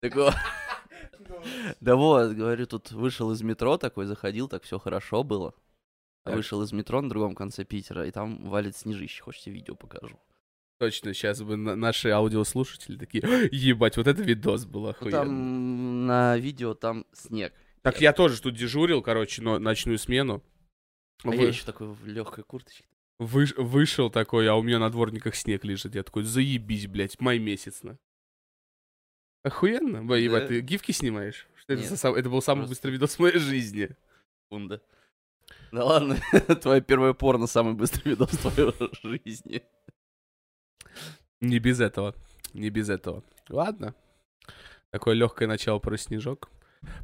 Так вот. Да вот, говорю, тут вышел из метро такой, заходил, так все хорошо было. А Так. Вышел из метро на другом конце Питера, и там валит снежище. Хочешь, я видео покажу? Точно, сейчас бы на- наши аудиослушатели такие, «Ой, ебать, вот это видос был Ну, охуенно. там на видео там снег. Так я тоже тут дежурил, короче, но ночную смену. А Вы- я еще такой в легкой курточке. выш- вышел такой, а у меня на дворниках снег лежит. Я такой, заебись, блядь, май месяц на. Охуенно. Бля, ебать, Да. ты гифки снимаешь? Что это, Нет, за сам- это был самый просто- быстрый видос в моей жизни. Фунда. Да ладно, твое первое порно самый быстрый видос в твоей жизни. Не без этого. Не без этого. Ладно. Такое легкое начало про снежок.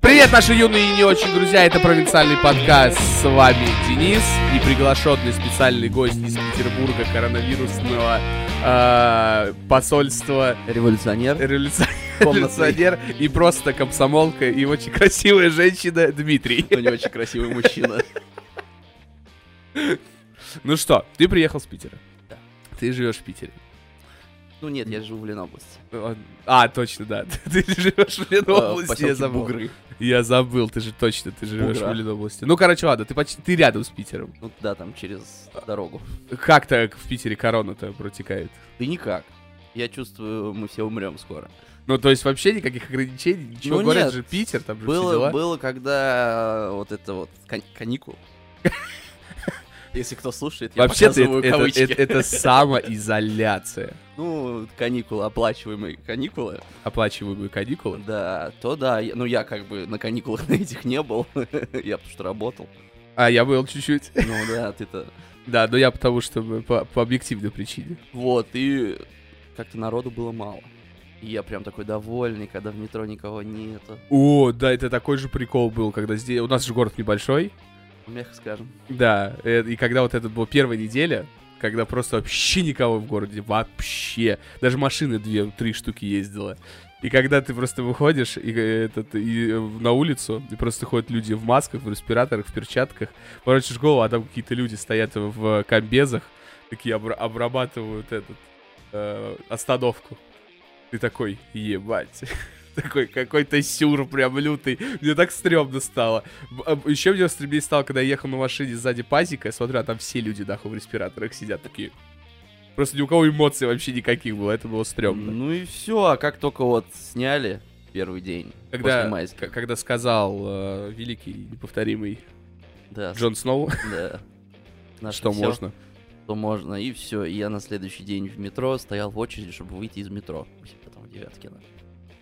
Привет, наши юные и не очень друзья. Это провинциальный подкаст. С вами Денис и приглашенный специальный гость из Петербурга коронавирусного э, посольства Революционер. революци- Комнатный. революционер и просто комсомолка и очень красивая женщина Дмитрий. Но Ну, не очень красивый мужчина. Ну что, ты приехал с Питера? Да. Ты живешь в Питере. Ну нет, я живу в Ленобласти. Он- А, точно, да. Ты живешь в Э, в Ленобласти, я поселке забыл. Бугры. Я забыл, ты же точно, ты живешь Бугра. в Ленобласти. Ну, короче, ладно, ты почти ты рядом с Питером. Ну да, там через дорогу. Как так в Питере корона-то протекает? Да никак. Я чувствую, мы все умрем скоро. Ну, то есть вообще никаких ограничений, ничего. Ну, Говорят нет. же Питер, там же все Было, дела. было, когда э, вот это вот кан- каникул. Если кто слушает, я Вообще-то это, показываю это- кавычки. это- это самоизоляция. Ну, каникулы, оплачиваемые каникулы. Оплачиваемые каникулы. Да, то да. я- Ну, я как бы на каникулах на этих не был. Я потому что работал. А я был чуть-чуть. Ну да, ты-то... Да, но я потому что бы по, по объективной причине. Вот, и как-то народу было мало. И я прям такой довольный, когда в метро никого нету. О, да, это такой же прикол был, когда здесь... У нас же город небольшой. Мягко скажем. Да, э, и когда вот это была первая неделя, когда просто вообще никого в городе, вообще. Даже машины две, три штуки ездила. И когда ты просто выходишь и, э, этот, и э, в- на улицу, и просто ходят люди в масках, в респираторах, в перчатках, ворочаешь голову, а там какие-то люди стоят в э, комбезах, такие обра- обрабатывают этот, э, остановку. Ты такой, ебать. Такой какой-то сюр прям лютый. Мне так стрёмно стало. Еще мне стремнее стало, когда я ехал на машине сзади пазика, я смотрю, а там все люди нахуй в респираторах сидят такие. Просто ни у кого эмоций вообще никаких было, это было стрёмно. Ну и все, а как только вот сняли первый день после Когда, майских. к- когда сказал э, великий неповторимый Да, Джон Сноу, да. Наше что всё, можно. Что можно, и все. И я на следующий день в метро стоял в очереди, чтобы выйти из метро. Потом в Девяткино.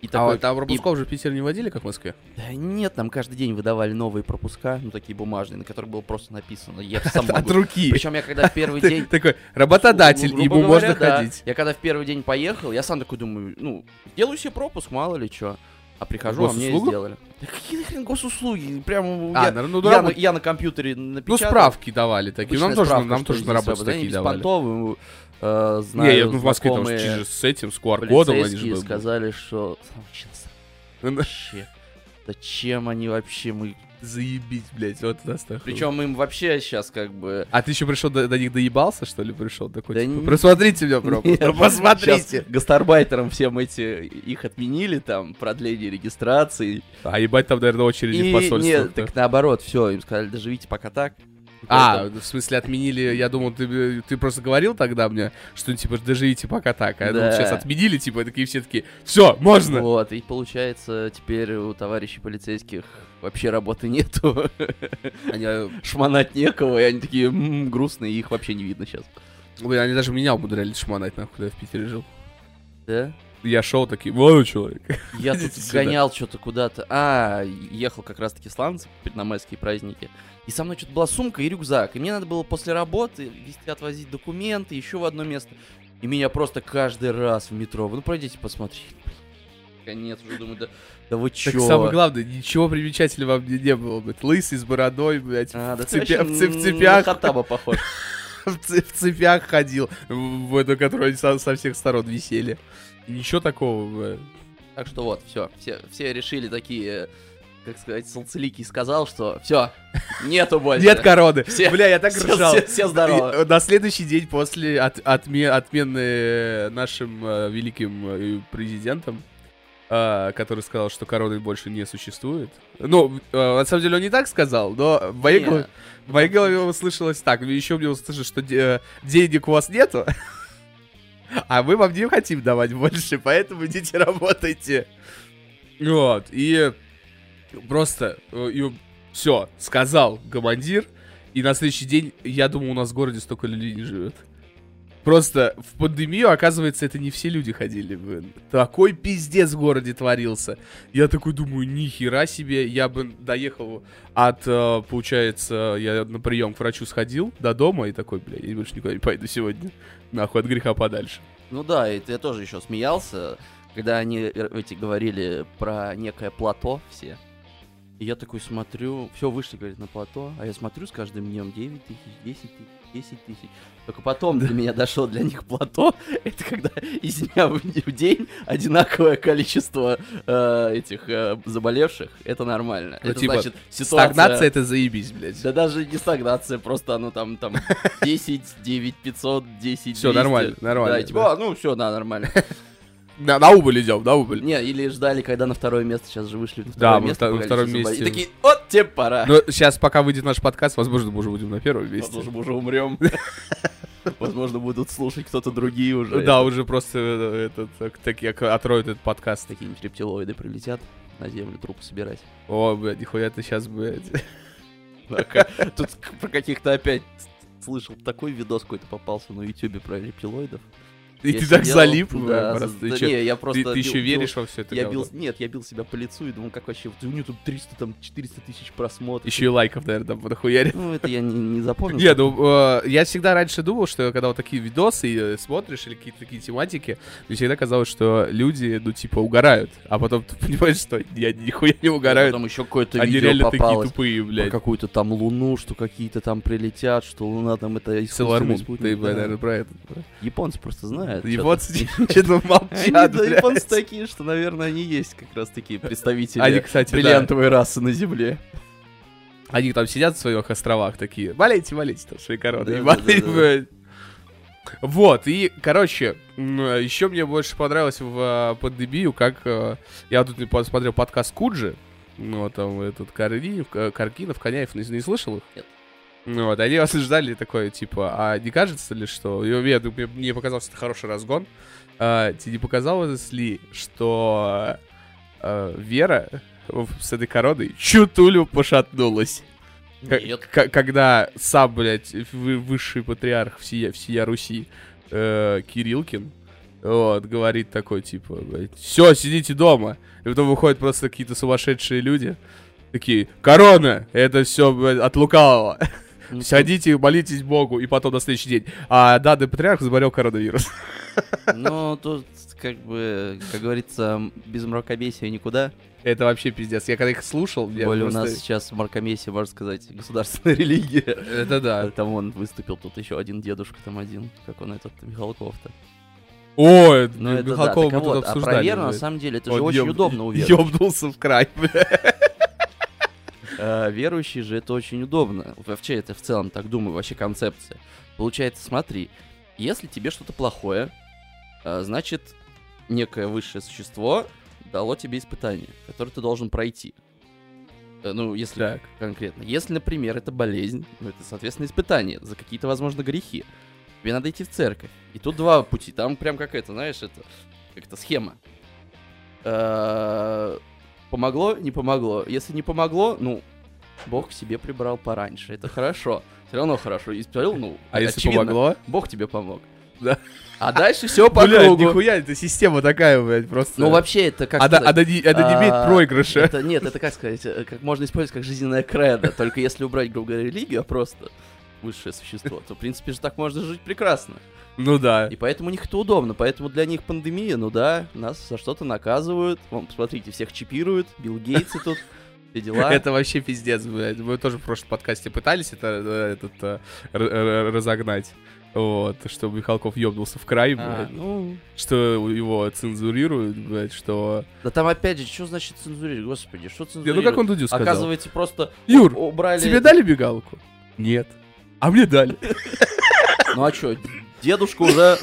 И А такой, вот там пропусков же в Питере не водили, как в Москве? да нет, нам каждый день выдавали новые пропуска, ну такие бумажные, на которых было просто написано, я сам От могу. руки. Причем я когда в первый день... Ты Такой, работодатель, грубо ему говоря, можно да. ходить. Я когда в первый день поехал, я сам такой думаю, ну, делаю себе пропуск, мало ли что. А прихожу, а мне Госуслугу? сделали. Да какие нахрен госуслуги? Прям А, я, ну, ну, я работ- на, я на компьютере ну, напечатал. справки давали такие. Нам Обычная тоже, справка, нам что тоже здесь на работе свобода, такие они давали. беспонтовые, э, знаю, Не, я, ну, в Москве там знакомые же с этим, с QR-кодом они же полицейские были. сказали, что «Там сейчас вообще, зачем они вообще мы... Заебись, блядь, вот нас нахуй. Причем им вообще сейчас как бы... А ты еще пришел до, до них доебался, что ли, пришел такой? Да типа, не- Просмотрите меня, пропуск. Нет, Ну, Посмотрите. щас Гастарбайтерам всем эти их отменили, там, продление регистрации. А ебать там, наверное, очереди в посольстве. нет, так наоборот, все, им сказали, доживите пока так. А, в смысле, отменили, я думал, ты, ты просто говорил тогда мне, что, типа, доживите пока так, а я думал, Да. сейчас отменили, типа, и такие все такие, все, можно! Вот, и получается, теперь у товарищей полицейских вообще работы нету. Они, э, Шмонать некого, и они такие «М, грустные, и их вообще не видно сейчас. блин, они даже меня умудрялись шмонать, нахуй, когда я в Питере жил. Да? Я шел такие, молодой человек. Я тут Идите сюда. гонял что-то куда-то. А, ехал как раз-таки с Ланцем на майские праздники. И со мной что-то была сумка и рюкзак. И мне надо было после работы везти, отвозить документы, еще в одно место. И меня просто каждый раз в метро. Ну, пройдите, посмотрите. Конец уже думаю, да, да вы чё? Так самое главное, ничего примечательного во мне не было, блядь, лысый с бородой, блядь, А, да в, ты цепя- вообще в цеп- на цепях. Хаттаба похож. в, ц- в цепях ходил, в в эту, которую они со, со всех сторон висели. И ничего такого. бля. Так что вот, все, все, все решили такие, э, как сказать, Солнцеликий сказал, что все, нету больше. Нет короны. Все- Бля, я так Все- ржал. все- все здоровы. И, э, На следующий день после от- отме- отмены э, нашим э, великим э, президентом а, который сказал, что короны больше не существует. Ну, а, на самом деле он не так сказал, но в моей, гол- Не, в моей голове услышалось так. Еще мне услышали, что де- э, денег у вас нету, а мы вам не хотим давать больше, поэтому идите работайте. Вот, и просто все, сказал командир, и на следующий день, я думаю, у нас в городе столько людей не живет. Просто в пандемию, оказывается, это не все люди ходили. блин. Такой пиздец в городе творился. Я такой думаю, нихера себе. Я бы доехал от, э, получается, я на прием к врачу сходил до дома и такой, бля, я больше никуда не пойду сегодня. Нахуй от греха подальше. Ну да, и я тоже еще смеялся, когда они э, эти говорили про некое плато все. И я такой смотрю, все вышли, говорит, на плато, а я смотрю с каждым днем 9 тысяч, 10 тысяч, 10 тысяч. Только потом до меня дошло для них плато, это когда из дня в день- в день одинаковое количество э, этих э, заболевших, это нормально. Ну, это типа, значит, ситуация... Стагнация это заебись, блядь. Да даже не стагнация, просто оно там, там 10, 9, 500, 10, Всё, 200. нормально, нормально, Да, и типа, да. «А, ну все, да, нормально. На, на убыль идем, на убыль. Не, или ждали, когда на второе место, сейчас же вышли на второе Да, мы место. вта- на по втором количеству месте. Ну, болезней. И такие, вот тебе пора. А Но сейчас, пока выйдет наш подкаст, возможно, мы уже будем на первом месте. Возможно, мы уже умрем. Возможно, будут слушать кто-то другие уже. Да, уже просто э, этот, э, такие ок- отроют этот подкаст. Такие рептилоиды прилетят на землю трупы собирать. О, блядь, нихуя ты сейчас, блядь. Тут к- про каких-то опять слышал такой видос какой-то попался на ютюбе про рептилоидов. И Я ты так сидел, залип, да, блядь, просто. да Ты чё, не, я ты- просто Ты еще бил- бил- веришь во все это? Я бил, нет, я бил себя по лицу и думал, как вообще, у нее тут 300, там, 400 тысяч просмотров. Еще и лайков, наверное, там подохуярит. Ну, это я не, не запомнил. Не, ну, э, я всегда раньше думал, что когда вот такие видосы э, смотришь или какие-то такие тематики, мне всегда казалось, что люди, ну, типа, угорают. А потом ты понимаешь, что я нихуя не угорают. Там еще какое-то Они видео реально такие попалось. тупые, про блядь. какую-то там луну, что какие-то там прилетят, что луна там это Sailor искусственный Moon. спутник, Ты, да. блядь, наверное, про это. Японцы просто знают. чё Японцы что-то там. Они, да, молчат, японцы блядь. такие, что, наверное, они есть как раз такие представители Они, кстати, да. бриллиантовой расы на Земле. Они там сидят в своих островах такие. Валяйте, валяйте, там свои короны. Да, и да, валяйте, да, да. блядь. Вот, и, короче, еще мне больше понравилось в э, пандемию, как э, я тут посмотрел подкаст Куджи, ну, там этот Каринев, К- Каркинов, Коняев, не, не слышал их? Нет. Ну, Вот, они осуждали такое, типа, а не кажется ли, что... и мне- мне, мне показался это хороший разгон. А, тебе не показалось ли, что э, Вера в- с этой короной чутулю пошатнулась? К- Нет. к- когда сам, блядь, вы- высший патриарх всея, всея Руси э, Кириллкин, вот, говорит такой, типа, все, сидите дома. И потом выходят просто какие-то сумасшедшие люди, такие, корона, это все от лукавого. Ну, Сядите, молитесь Богу, и потом на следующий день. А данный патриарх заболел коронавирусом. Ну, тут, как бы, как говорится, без мракобесия никуда. Это вообще пиздец. Я когда их слушал, я Более у просто- нас сейчас мракомесия, можно сказать, государственная религия. А, Это да. Там он выступил, тут еще один дедушка, там один, как он этот, Михалков-то. О, это- Ну, это да, Михалкова так мы тут вот, а обсуждали. про Веру, на блядь. самом деле, это Он же очень ёб- удобно у верующих. Ёбнулся в край, блядь. Э, Верующий же это очень удобно. Вообще, это в целом, так думаю, вообще концепция. Получается, смотри, если тебе что-то плохое, э, значит, некое высшее существо дало тебе испытание, которое ты должен пройти. Э, Ну, если Так. конкретно. Если, например, это болезнь, ну, это, соответственно, испытание за какие-то, возможно, грехи. Тебе надо идти в церковь. И тут два пути. Там прям как это, знаешь, это как-то схема. Э, Помогло, не помогло. Если не помогло, ну, Бог к себе прибрал пораньше. Это хорошо. Все равно хорошо. И смотрел, ну, А если очевидно, помогло? Бог тебе помог. Да. А дальше все по Блядь, кругу. нихуя, А это система такая, блядь, просто. Ну, вообще, это как Она, сказать? она не, она не имеет А, проигрыша. Это, нет, это как сказать, э, как можно использовать как жизненная кредо, только если убрать, грубо говоря, религию, а просто высшее существо, то, в принципе, же так можно жить прекрасно. Ну да. И поэтому у них это удобно, поэтому для них пандемия, ну да, нас за что-то наказывают. Вон, посмотрите, всех чипируют, Билл Гейтсы тут, все дела. Это вообще пиздец, блядь. Мы тоже в прошлом подкасте пытались это, э, этот, э, р- р- разогнать. Вот, чтобы Михалков ёбнулся в край, А, блядь. ну, Что его цензурируют, блядь, что... да там опять же, что значит цензурировать, господи, что Не, цензурировать? ну как он Дудю сказал? Оказывается, просто Юр, у- убрали... тебе дали мигалку? Нет. А мне дали. Ну а что, Дедушка уже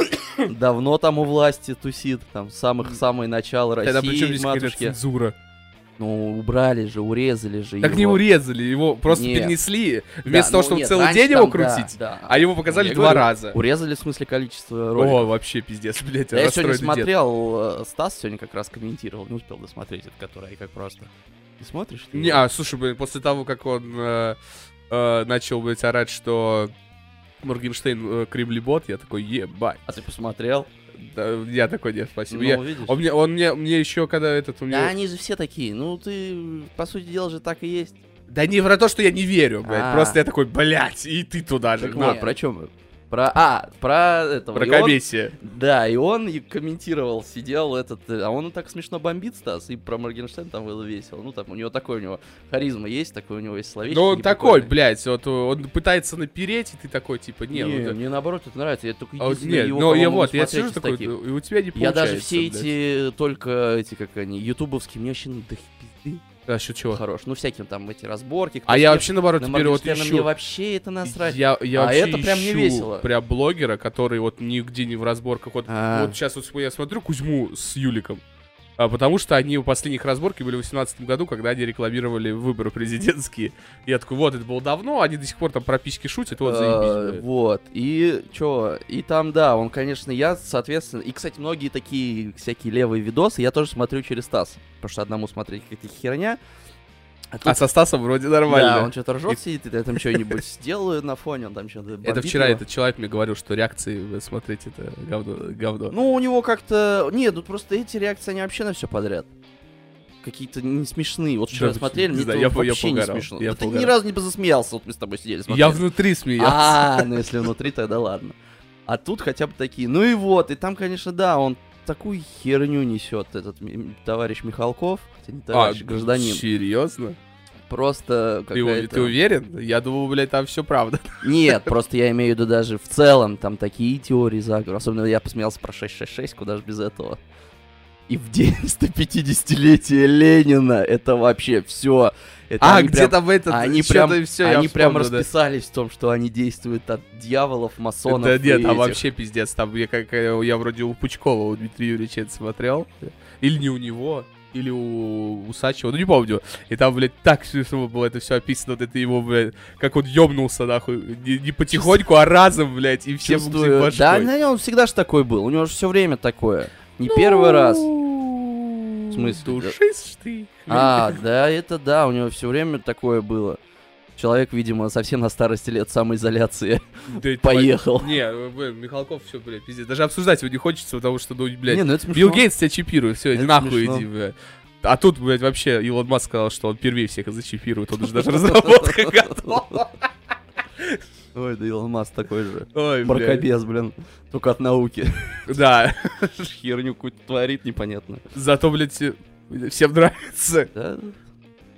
давно там у власти тусит, там самых самое начало России, Тогда причем здесь какая-то матушки. цензура? Ну убрали же, урезали же. Так не его. урезали, его просто Ну Нет. перенесли. Да, Вместо того, ну чтобы нет, целый раньше день его там, да, крутить, да. а его показали Я два говорю, раза. Урезали в смысле количество роликов. О, вообще пиздец, блядь, Да я сегодня расстроенный дед. смотрел, э, Стас сегодня как раз комментировал, не успел досмотреть этот, который «Ай, как просто. Не смотришь? ты Не, его? а, слушай, блин, после того, как он э, э, начал, блядь, орать, что Моргенштейн э, кремлебот, я такой, ебать. А ты посмотрел? Да, я такой, нет, спасибо. Ну, Я- видишь? он мне, он мне, мне еще, когда этот, у Да меня... они же все такие, ну ты, по сути дела же так и есть. Да не про то, что я не верю, блядь, А. просто я такой, блядь, и ты туда же, Так на, вот, про чем? Про, а, про этого. про и он- комиссия. да, и он и комментировал, сидел этот, э, а он так смешно бомбит, Стас, и про Моргенштерн там было весело. Ну, там у него такой у него харизма есть, такой у него есть словечко. Ну, он такой, неприкольное. блядь, вот э, он пытается напереть, и ты такой, типа, не, не, вот, э, мне наоборот это нравится, я только а вот единственное, нет, его, ну, я по-моему, не вот, я смотрел сижу из такой, таких. э, и у тебя не Я получается. даже все блядь. эти, только эти, как они, ютубовские, мне вообще надоели пизды А, счет чего? хорош. Ну, всяким там эти разборки. кто А с я кем. вообще, наоборот, На теперь вот Моргенштерна ищу. мне вообще это насрать. Я, я А вообще это прям не ищу весело. Прям блогера, который вот нигде не в разборках. Вот, А. вот сейчас вот я смотрю Кузьму с Юликом. А, потому что они в последних разборке были в 2018 году, когда они рекламировали выборы президентские. Я такой, вот, это было давно, они до сих пор там прописки шутят, вот Э, заебись. блядь. Вот, и чё, и там, да, он, конечно, я, соответственно, и, кстати, многие такие всякие левые видосы я тоже смотрю через Стас, потому что одному смотреть какая-то херня, а А тут, со Стасом вроде нормально. да, он что-то ржет, сидит, и я там что-нибудь сделаю на фоне, он там что-то Это бомбит вчера его. этот человек мне говорил, что реакции, э, смотреть, это говно. говно. Ну, у него как-то... Нет, тут просто эти реакции, они вообще на все подряд. Какие-то не смешные. Вот вчера Да, смотрели, не мне знаю, это я по- я вообще не поугарал, смешно. я Да ты ни поугарал. разу не засмеялся, вот мы с тобой сидели я смотрели. внутри смеялся. А, ну если внутри, тогда ладно. А тут хотя бы такие. Ну и вот, и там, конечно, да, он такую херню несет, этот м- товарищ Михалков, хотя А, не товарищ, гражданин. Серьезно? Просто Ты, у- какая-то... ты уверен? Я думал, блядь, там все правда. Нет, просто я имею в виду даже в целом, там такие теории заговора. Особенно я посмеялся про 666, куда же без этого. И в день 150-летия Ленина это вообще все. А, где-то в этот... они чё-то прям, всё, я они прям вспомнил, да. расписались в том, что они действуют от дьяволов, масонов Да и нет, а этих. вообще пиздец. Там я как э, я вроде у Пучкова, у Дмитрия Юрьевича это смотрел. Или не у него, или у Усачева, ну не помню. И там, блядь, так смешно было это все описано, вот это его, блядь, как он ёбнулся, нахуй. Не, не потихоньку, а разом, блядь, и всем Чувствую. башкой. Да, наверное, он всегда же такой был. У него же все время такое. Не Ну. первый раз. В смысле, да? Душишь Ну, ты. А, да, это да, у него все время такое было. Человек, видимо, совсем на старости лет самоизоляции Да и твоя- поехал. Не, э, блин, Михалков все, блядь, пиздец. Даже обсуждать его не хочется, потому что, ну, блядь, Не, ну это смешно. Билл Гейтс тебя чипирует, все, иди Это нахуй смешно. иди, блядь. А тут, блядь, вообще Илон Маск сказал, что он первее всех зачипирует, он уже даже разработка готова. Ой, да Илон Маск такой же. Ой, блядь. Баркобес, блин. Только от науки. Да, Херню какую-то творит непонятно. зато, блядь, э, всем нравится. Да?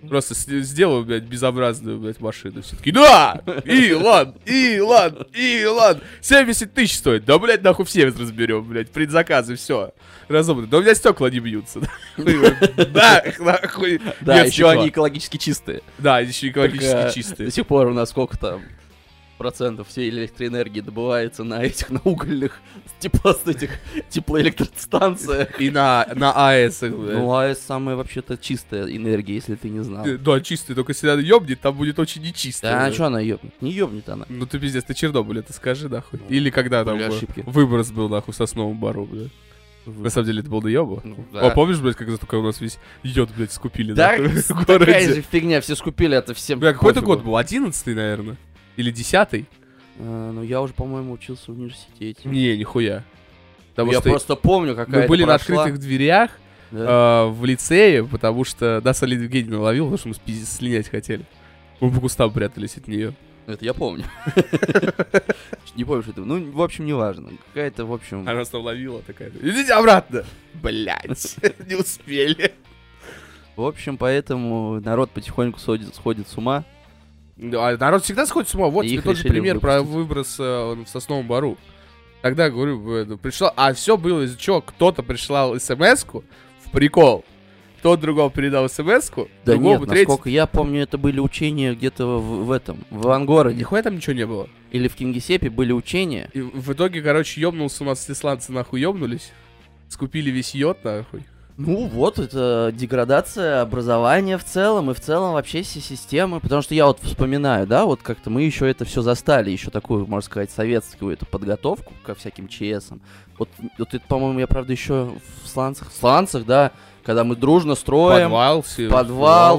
Просто с- сделаю, блядь, безобразную, блядь, машину. Все таки да! Илон! Илон! Илон! 70 тысяч стоит. Да, блядь, нахуй все разберем, блядь. Предзаказы, все. Разобрано. Да у меня стекла не бьются. Да, нахуй. Да, нет еще стекла. они экологически чистые. Да, еще экологически Только чистые. До сих пор у нас сколько там процентов всей электроэнергии добывается на этих, на угольных, тепло, этих теплоэлектростанциях. И на, на АЭС. их, блядь. Ну, а самая вообще-то чистая энергия, если ты не знал. Э, Да, чистый, только если она ёбнет, там будет очень нечисто. Да, а блядь. что она ёбнет? Не ёбнет она. Ну ты пиздец, ты Чернобыль, это скажи, нахуй. Или когда там Ну, были был ошибки. выброс был, нахуй, в сосновом бару, блядь. На самом деле это был доёба. Ну, А помнишь, блядь, когда только у нас весь йод, блядь, скупили, Да, нахуй, в такая городе? же фигня, все скупили, это всем Бля, какой это пофигу. год был? Одиннадцатый, наверное? Или десятый? А, ну, я уже, по-моему, учился в университете. Не, нихуя. Потому я что просто помню, какая мы это были на прошла. открытых дверях, Да. э, в лицее, потому что нас Алина Евгеньевна ловила, потому что мы спиздец слинять хотели. Мы по кустам прятались от нее. Это я помню. Не помню, что это. Ну, в общем, неважно. Какая-то, в общем... Она нас там ловила такая. Идите обратно! Блять, не успели. В общем, поэтому народ потихоньку сходит, сходит с ума. а народ всегда сходит с ума. Вот И тебе их тот же решили пример про выброс э, в сосновом бару. Тогда, говорю, э, ну, пришла... А все было из-за чего? Кто-то прислал смс в прикол. Тот другого передал смс Да другому нет, треть- насколько я помню, это были учения где-то в, в этом, в Ангороде. Нихуя там ничего не было. Или в Кингисепе были учения. И в итоге, короче, ёбнулся у нас исландцы нахуй ёбнулись. Скупили весь йод нахуй. Ну вот, это деградация образования в целом и в целом вообще всей системы. Потому что я вот вспоминаю, да, вот как-то мы еще это все застали, еще такую, можно сказать, советскую эту подготовку ко всяким ЧСам. Вот, вот это, по-моему, я, правда, еще в сланцах, в сланцах, да, когда мы дружно строим подвал, Подвал все.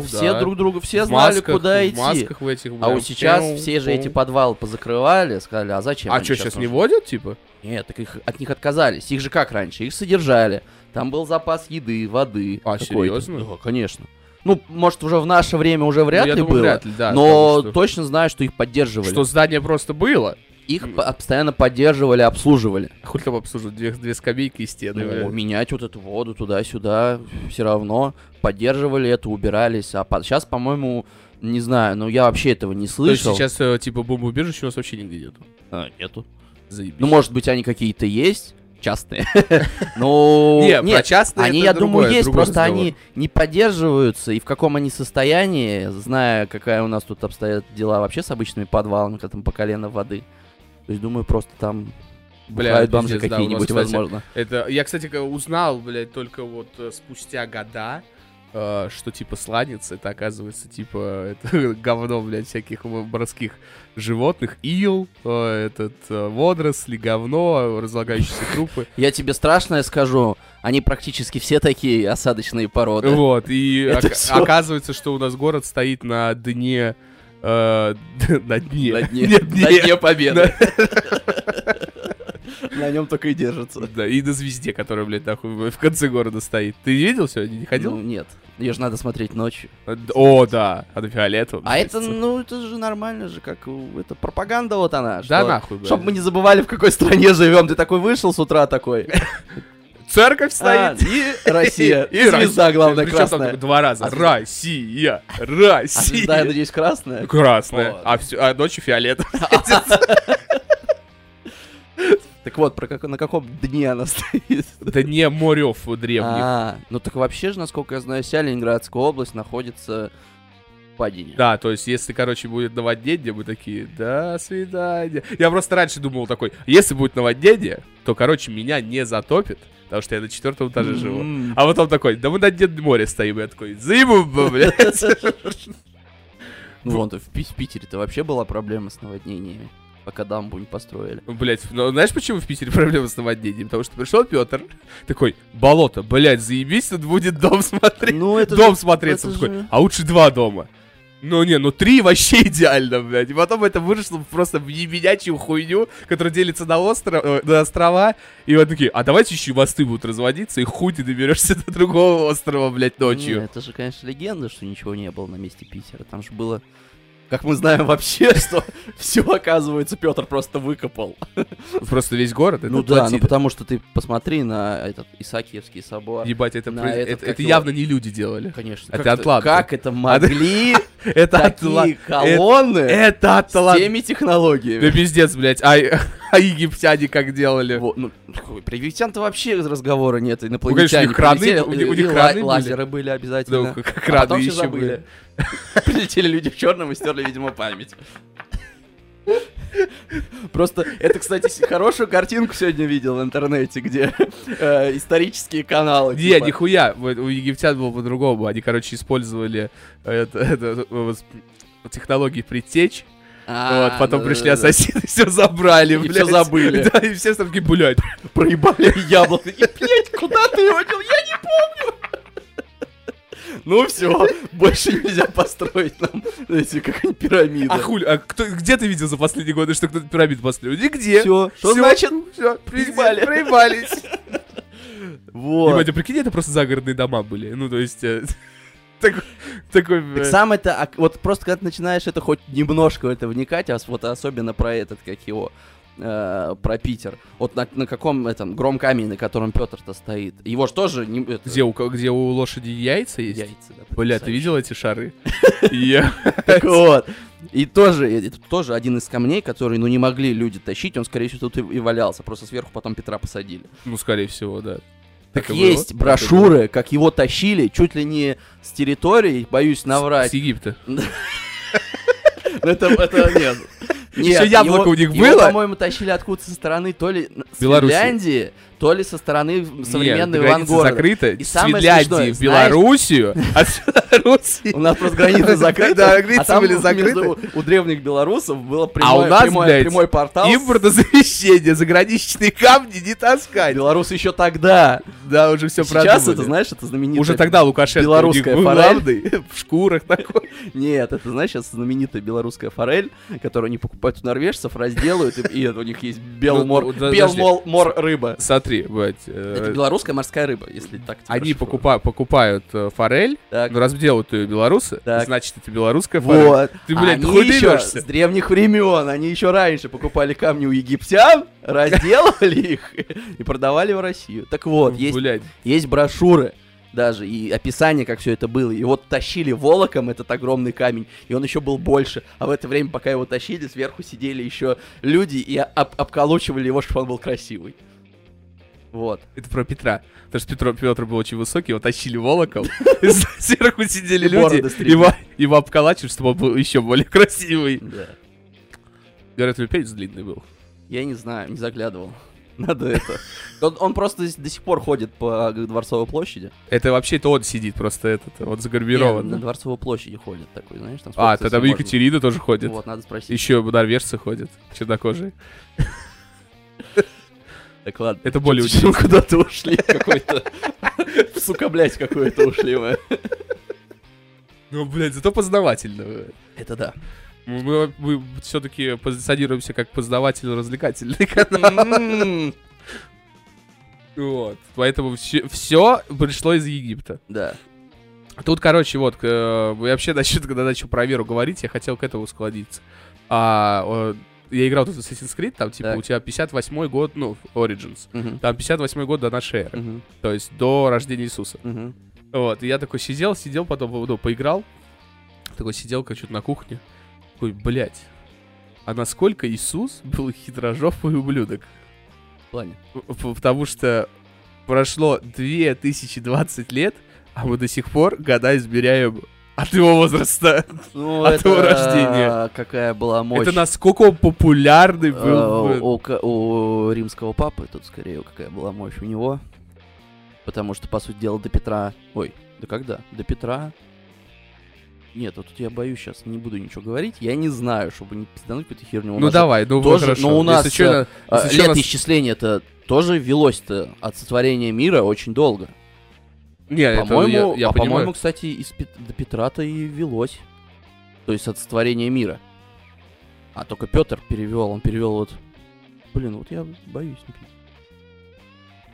все друг друга, все В знали, масках, куда в идти. масках в этих, А прям, вот сейчас пяу, все же пяу. эти подвалы позакрывали, сказали, а зачем? А они что, сейчас не нужны?» водят, типа? Нет, так их, от них отказались. Их же как раньше? Их содержали. Там был запас еды, воды. А, какой-то. серьёзно? Да, конечно. Ну, может, уже в наше время уже вряд Ну, я ли думаю, было. вряд ли, да. но потому точно знаю, что их поддерживали. что, что здание просто было. Их по- постоянно поддерживали, обслуживали. А Хуй там обслуживают две, две скамейки и стены. Ну, блядь. менять вот эту воду туда-сюда, все равно поддерживали это, убирались. А сейчас, по-моему, не знаю, ну я вообще этого не То есть слышал. сейчас, э, типа, бомбоубежища у нас вообще нигде нету. А, нету. Заебись. Ну, может быть, они какие-то есть, частные. Ну, не, про нет, частные они, это я другое, думаю, есть, другой просто разговор. они не поддерживаются, и в каком они состоянии, зная, какая у нас тут обстоят дела вообще с обычными подвалами, когда там по колено воды. То есть, думаю, просто там Бля, бухают бомжи пиздец, да, у нас, какие-нибудь, кстати, возможно. Это, я, кстати, ка- узнал, блядь, только вот э, спустя года, э, что, типа, сланец, это, оказывается, типа, это говно, блядь, всяких в- морских животных. Ил, э, этот, э, водоросли, говно, разлагающиеся трупы. Я тебе страшное скажу, они практически все такие осадочные породы. Вот, и Это ока- всё. оказывается, что у нас город стоит на дне... э, На дне. На дне, Нет, на нет. дне победы. На нем только и держится. Да, и на звезде, которая, блядь, нахуй в конце города стоит. Ты видел сегодня? Не ходил? Э, Ну, нет, ее же надо смотреть ночью. О, да, она фиолетовая. А это, блядь. ну, это же нормально же, как у- это пропаганда вот она. Да что- нахуй, блядь. Чтоб мы не забывали, в какой стране живем. Ты такой вышел с утра такой. Церковь А, стоит. И Россия. И- И звезда, главное, Причём там красная. два раза. А звезда- Россия, А звезда, я Россия. надеюсь, красная. Красная. Вот. А, всё- а ночью фиолетовая. Так вот, про как- на каком дне она стоит? Да не морев у древних. А, ну так вообще же, насколько я знаю, вся Ленинградская область находится в падении. Да, то есть, если, короче, будет наводнение, мы такие, до свидания. Я просто раньше думал такой, если будет наводнение, то, короче, меня не затопит, потому что я на четвертом этаже живу. М. А потом такой, да мы на дне моря стоим. Я такой, заебу, блядь. Ну вон, в Пи- в Питере-то вообще была проблема с наводнениями, пока дамбу не построили. Блять, ну, знаешь, почему в Питере проблема с наводнением? Потому что пришел Петр, такой, болото, блять, заебись, тут будет дом смотреть. Ну это дом же- смотреться. это Он такой, же- а лучше два дома. Ну не, ну три вообще идеально, блядь. И потом это вышло просто в ебенячью хуйню, которая делится на, остров, э, на острова. И вот такие, а давайте еще и мосты будут разводиться, и хуй ты доберешься до другого острова, блядь, Не, ночью. Ну, это же, конечно, легенда, что ничего не было на месте Питера. Там же было, как мы знаем вообще, что все, оказывается, Петр просто выкопал. Просто весь город это Ну да, ну плотина. потому что ты посмотри на этот Исаакиевский собор. Ебать, это, На произ- этот, это- как это его- явно не люди делали. Конечно. Это как это- атланты. Как это могли Это такие Атлант. колонны Это с Атлант. теми Да технологиями? пиздец, блядь, а, а египтяне как делали? Во- Ну, хуй, про египтян-то вообще разговора нет, Ну, у них инопланетяне краны- прилетели, у них- у и них ла- краны были. лазеры были обязательно. Ну, как- как А рады потом все еще были. забыли. Прилетели люди в черном и стерли, видимо, память. Просто это, кстати, с- хорошую картинку сегодня видел в интернете, где э, исторические каналы. Не, типа, нихуя, вот у египтян было по-другому. Они, короче, использовали это- это, э, с- технологии предтеч. «А, вот, потом да-да-да-да». пришли ассасины, все забрали, И блядь. всё забыли. Да, и все такие, блядь, Проебали яблоко. И, блядь, куда ты его дел? Я не помню. Ну все, больше нельзя построить нам эти какие-нибудь пирамиды. а хули, а кто, где ты видел за последние годы, что кто-то пирамид построил? Нигде. Все, что значит? Все, Проебали. проебались. Вот. Ебать, а прикинь, это просто загородные дома были. Ну, то есть, э, такой- такой... Так э, сам это, ак- вот просто когда ты начинаешь это хоть немножко в это вникать, а с- вот особенно про этот, как его, э, про Питер. Вот на, на каком этом громкамне, на котором Петр-то стоит. Его же тоже не... это- Где у, ко- где у лошади яйца есть? Яйца, да, Бля, ты потрясающе. видел эти шары? Я- Так вот. И тоже, э, это тоже один из камней, который, ну, не могли люди тащить, он, скорее всего, тут и, и валялся. Просто сверху потом Петра посадили. Ну, скорее всего, да. Так, и было. есть брошюры, как его тащили чуть ли не с территории, боюсь С наврать. Египта. Но это, это нет. Ещё яблоко его- у них его, было? по-моему, тащили откуда-то со стороны то ли с Белоруссии. Финляндии, то ли со стороны современной Ивангорода. закрыта. И С самое Финляндии смешное, в знаешь- Белоруссию, а с Белоруссии У нас просто границы закрыты. Да, а границы там были между- закрыты. У древних белорусов было А у прямое- нас, прямое- блядь, прямой портал. с- импортозамещение, заграничные камни не таскать. Белорусы еще тогда. Да, уже все Сейчас это, знаешь, это знаменитое... Уже тогда Лукашенко белорусская у них был форель. главный, в шкурах такой. Нет, это, знаешь, сейчас знаменитая белорусская форель, которую они покупают у норвежцев, разделают, и, и это у них есть Ну, белмор, да, белмор мор рыба. Смотри, блядь, э, Это белорусская морская рыба, если так тебе они расшифровывать. покупа- покупают э, форель, Так. ну, разделают ее белорусы, Так. значит, это белорусская форель. Вот. Ты, блядь, они хуй еще даешься. с древних времен, они еще раньше покупали камни у египтян, разделывали их и продавали в Россию. Так вот, есть Блядь. Есть брошюры даже, и описание, как все это было. И вот тащили волоком этот огромный камень, и он еще был больше. А в это время, пока его тащили, сверху сидели еще люди и об- обколочивали его, чтобы он был красивый. Вот. Это про Петра. Потому что Петр, Петр был очень высокий, его тащили волоком. и Сверху сидели И бороды люди, стригли. его, его обколачивали, чтобы он был еще более красивый. Да. Говорят, Люпец длинный был. Я не знаю, не заглядывал. Надо это. Он, он просто с- до сих пор ходит по Дворцовой площади. Это вообще-то он сидит просто этот, вот Не, на загравирован. Дворцовой площади ходит такой, знаешь, там сколько А, ты тогда сможешь- Екатерина тоже ходит. Вот, надо спросить. Еще норвежцы ходят, чернокожие. Так ладно. Это более Почему удивительно. куда-то ушли какой-то? Сука, блядь, какое-то ушли мы. Ну, блядь, зато познавательно. Это да. Мы, все-таки позиционируемся как познавательно-развлекательный М-м-м. М, Вот. Поэтому все, все пришло из Египта. Да. Тут, короче, вот, к- э, вообще насчет, когда начал про веру говорить, я хотел к этому складиться. А, э, я играл тут в Assassin's Creed, там, типа, Так. у тебя 58 год, ну, Origins. Мгм. Там 58 год до нашей эры, Мгм. то есть до рождения Иисуса. Мгм. Вот, и я такой сидел, сидел, потом ну, поиграл. Такой сидел, как что-то на кухне. Такой, блядь, а насколько Иисус был хитрожопый ублюдок? В плане. П- п- Потому что прошло 2020 лет, а мы до сих пор года измеряем от его возраста. Ну, От его это, рождения. а, Какая была мощь. Это насколько он популярный а, был. у- у ка- У римского папы тут скорее какая была мощь у него. Потому что, по сути дела, до Петра... Ой, да когда? До Петра... Нет, вот тут я боюсь сейчас, не буду ничего говорить. Я не знаю, чтобы не пиздануть какую-то херню. У ну нас давай, ну тоже, хорошо. но у нас, Если чё, э, на- А, Если чё, нас- Летоисчисление-то тоже велось-то от сотворения мира очень долго. Не, это э, по-моему, я, я а понимаю. по-моему, кстати, из Пет- до Петра-то и велось. То есть от сотворения мира. А только Петр перевел, он перевел вот... Блин, вот я боюсь. не пи-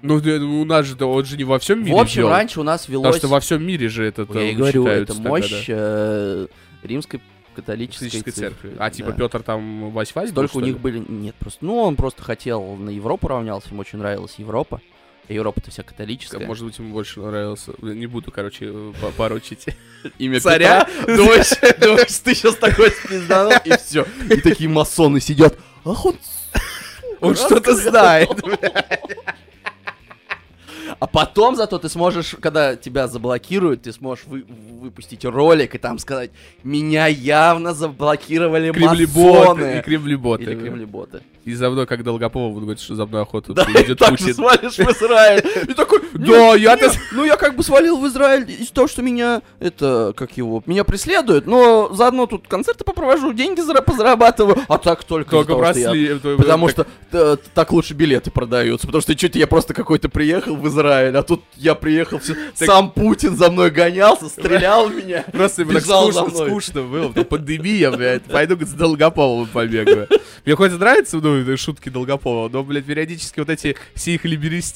Ну, да, ну, у нас же, да, он же не во всем мире В общем, делал. раньше у нас велось... Потому что во всем мире же это я и там говорю, считаются это тогда, мощь да. э, римской католической, Католической церкви. церкви. А типа да. Петр там вась-вась был, Только что у ли? них были... Нет, просто... Ну, он просто хотел на Европу равнялся, ему очень нравилась Европа. А Европа-то вся католическая. Может быть, ему больше нравился. Блин, Не буду, короче, э, по- порочить. имя Царя? Петра, дочь, дочь, ты сейчас такой спизданул, и все. И такие масоны сидят, ах он... Он что-то знает. А потом зато ты сможешь, когда тебя заблокируют, ты сможешь вы- выпустить ролик и там сказать, меня явно заблокировали Кремлебот и масоны. кремлебот. Или кремлеботы. И за мной, как Долгополов, он говорит, что за мной охоту Да, и идет так же Путин. свалишь в Израиль. И такой, Да, я-то... «Нет, Ну, я как бы свалил в Израиль из-за того, что меня, это, как его, меня преследуют, но заодно тут концерты попровожу, деньги зара- позарабатываю, а так только, из-за Только того, что я- бросли. Потому что э, так лучше билеты продаются, потому что чуть я просто какой-то приехал в Израиль, а тут я приехал, всё- сам Путин за мной гонялся, стрелял в меня. Просто ему так бежал за скучно, мной. скучно было, там пандемия, блядь, пойду говорит, с Долгополовым побегаю. Мне хоть и нравятся ну, шутки Долгополова, но, блядь, периодически вот эти все их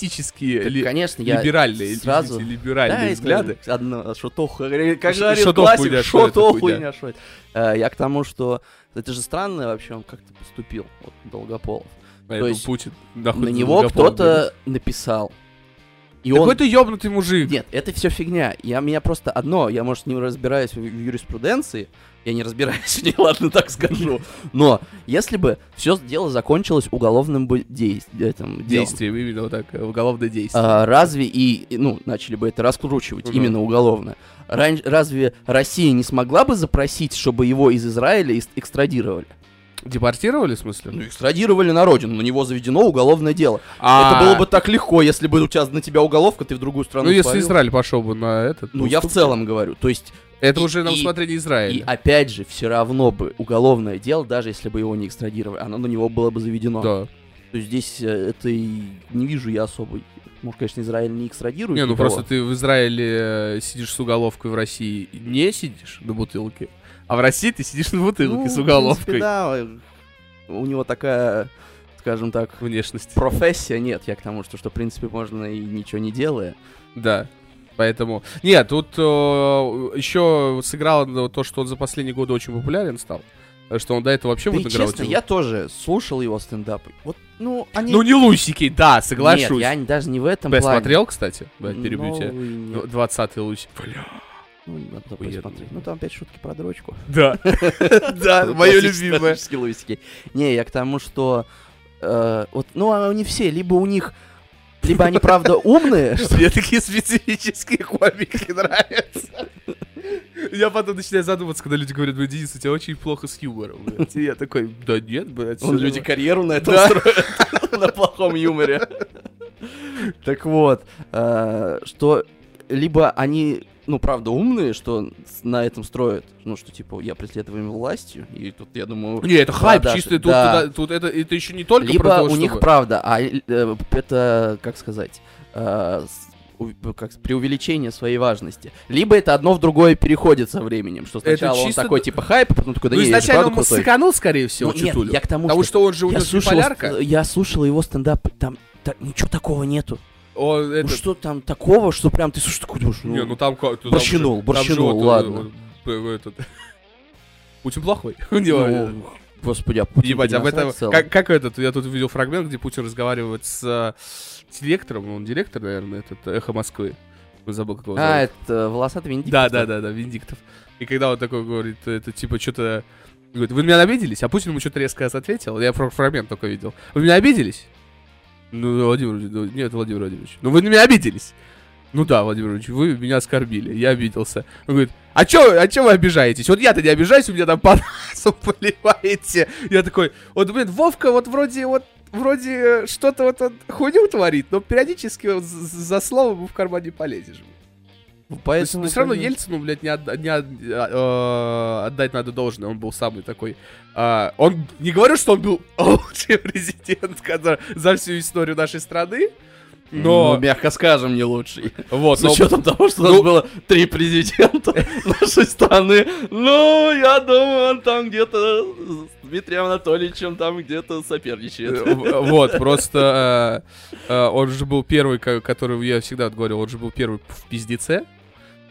либеристические, ли- Конечно, либеральные, сразу- извините, либеральные взгляды. Одно, шотоху, как говорит шотоху классик, хуйня, что это шотоху хуйня? не шот. Э, Я к тому, что это же странно вообще, он как-то поступил, вот, Долгополов. Поэтому есть Путин нахуй На за него Долгополова кто-то написал. И он... Какой ты ёбнутый мужик. Нет, это все фигня. Я меня просто одно, я, может, не разбираюсь в юриспруденции, я не разбираюсь в ней, ладно, так скажу. Но если бы все дело закончилось уголовным бы действием, Действие, именно вот так, э, уголовное действие. а, разве и, и, ну, начали бы это раскручивать Мгм. именно уголовно, Ран- разве Россия не смогла бы запросить, чтобы его из Израиля ис- экстрадировали? А. Депортировали, в смысле? Ну, экстрадировали на родину, на него заведено уголовное дело. А, Это было бы так легко, если бы у тебя на тебя уголовка, ты в другую страну Ну, если свалил. Израиль пошел бы на этот... Ну, я в уступки. целом говорю. То есть Это И- уже на и- усмотрение И Израиля. опять же, все равно бы уголовное дело, даже если бы его не экстрадировали, оно на него было бы заведено. Да. То есть здесь э, это и не вижу я особо. Может, конечно, Израиль не экстрадирует. типа Не, ну никого. просто ты в Израиле э, сидишь с уголовкой в России, и не сидишь на бутылке, а в России ты сидишь на бутылке Ну, с в принципе, уголовкой. да, э, у него такая, скажем так, Внешность. профессия нет. Я к тому, что, что в принципе, можно и ничего не делая. Да. Поэтому. Нет, тут еще сыграло на то, что он за последние годы очень популярен стал. э, Что он до этого вообще Да в и андеграунде честно, был. я тоже слушал его стендапы. Вот, ну, они... Ну не Лусики, да, соглашусь. Нет, я не- даже не в этом Бля, плане. смотрел, кстати? Бля, перебью Ну, тебя. и нет. Дв- 20-й Лусик. Бля. Ну, надо Охуенно. посмотреть. Ну, там опять шутки про дрочку. Да. Да, мое Классические любимое. классические лысики. Не, я к тому, что... э, вот, ну, а не все. Либо у них... Либо они, правда, умные. что- Мне такие специфические комики нравятся. Я потом начинаю задумываться, когда люди говорят, блин, Денис, у тебя очень плохо с юмором, блядь». И я такой, да нет, блядь. Он всё люди нормально». карьеру на этом Да. строят. На плохом юморе. Так вот, э, что либо они, ну, правда, умные, что с- на этом строят, ну, что, типа, я преследуем властью, и тут, я думаю... Не, это хайп продажи. чистый, тут, Да. туда- тут это, это еще не только Либо про то, у чтобы- них правда, а э, это, как сказать, э, с- у- как с- преувеличение своей важности. Либо это одно в другое переходит со временем, что Это сначала он чисто- такой типа хайп, а потом такой, да Ну, не, я же изначально правда он крутой. сыканул, скорее всего, Ну, нет, Читулю. я к тому, Потому что... что он же у Я э, него слушал, биполярка. я слушал его стендап, там та- ничего такого нету. Он Ну это- что там такого, что прям ты слушаешь, такой думаешь, ну, Не, ну там как... ну, там же- борщинул, там же борщинул, вот, э, ладно. вот, э, этот- Путин плохой. У него, э, ну, господи, а Путин Ебать, не об этом... насрать в целом? Как, как этот, я тут видел фрагмент, где Путин разговаривает с э, с директором, ну, он директор, наверное, этот, Эхо Москвы. Ну, Забыл, как его зовут. А, это волосатый виндик. да, да, да, да, Виндиктов. И когда он такой говорит, это типа что-то... Говорит, вы меня обиделись? А Путин ему что-то резко ответил. Я фр- фрагмент только видел. Вы меня обиделись? Ну, Владимир Владимирович, нет, Владимир Владимирович. Ну, вы на меня обиделись? Ну да, Владимир Владимирович, вы меня оскорбили, я обиделся. Он говорит, а чё, а чё вы обижаетесь? Вот я-то не обижаюсь, у меня там по носу поливаете. Я такой, вот, блин, Вовка вот вроде вот вроде э, что-то вот он хуйню творит, но периодически вот з- з- за слово ему в карман не полезешь. То есть, Поэтому, Но все Ну, равно как бы- Ельцину, блядь, не, отда- не от- э, отдать надо должное. Он был самый такой... а, он не говорю, что он был лучший президент который, за всю историю нашей страны, Ну, но... мягко скажем, не лучший. вот, А С но- учетом того, что у нас ну- было три президента нашей страны, ну, я думаю, он там где-то с Дмитрием Анатольевичем там где-то соперничает. э, в- Вот, просто э, э, он же был первый, ко- который я всегда вот говорил, он же был первый в пиздеце,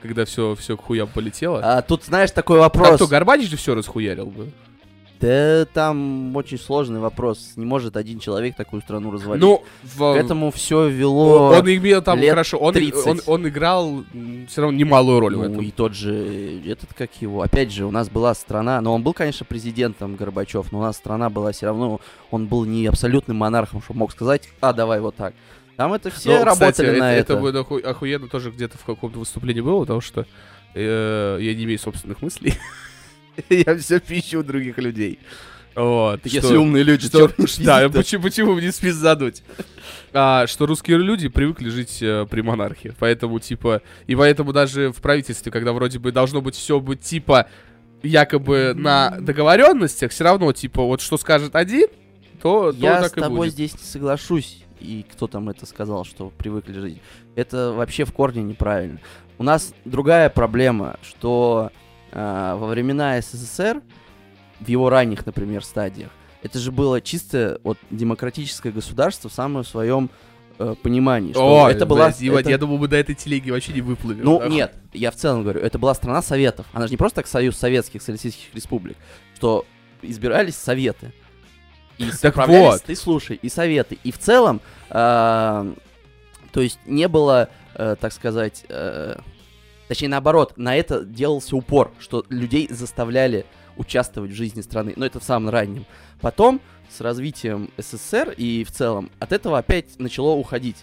когда все, все к хуям полетело. А тут, знаешь, такой А вопрос. кто, Горбач же все расхуярил бы? Да там очень сложный вопрос. Не может один человек такую страну развалить. Ну, К в- этому все вело... он имел там лет хорошо, он, и- 30. он, он играл все равно немалую роль в Ну, этом. и тот же, э, этот как его, опять же, у нас была страна, но он был, конечно, президентом Горбачев, но у нас страна была все равно, он был не абсолютным монархом, что мог сказать, а давай вот так. Там это все Ну, работали кстати, на это. Это будет оху- охуенно тоже где-то в каком-то выступлении было, потому что э, я не имею собственных мыслей. Я все пищу у других людей. Вот. что- умные люди, что- Да, почему почему мне спис задуть? А, Что русские люди привыкли жить э, при монархии. Поэтому, типа... И поэтому даже в правительстве, когда вроде бы должно быть все быть, типа, якобы на договоренностях, все равно, типа, вот что скажет один, то, то Я с так и тобой будет. здесь не соглашусь. И кто там это сказал, что привыкли жить? Это вообще в корне неправильно. У нас другая проблема, что а, во времена СССР, в его ранних, например, стадиях, это же было чисто вот демократическое государство в самом своем э, понимании. Что О, это была. блядь, ебать, это- я думал, мы до этой телеги вообще не выплывем. ну, нахуй. нет, я в целом говорю, это была страна советов. Она же не просто так союз советских социалистических республик, что избирались советы. И Так справлялись, вот. ты слушай, и советы. И в целом, а, То есть не было, э, так сказать, э, точнее наоборот, на это делался упор, что людей заставляли участвовать в жизни страны, но это в самом раннем. Потом с развитием СССР и в целом от этого опять начало уходить.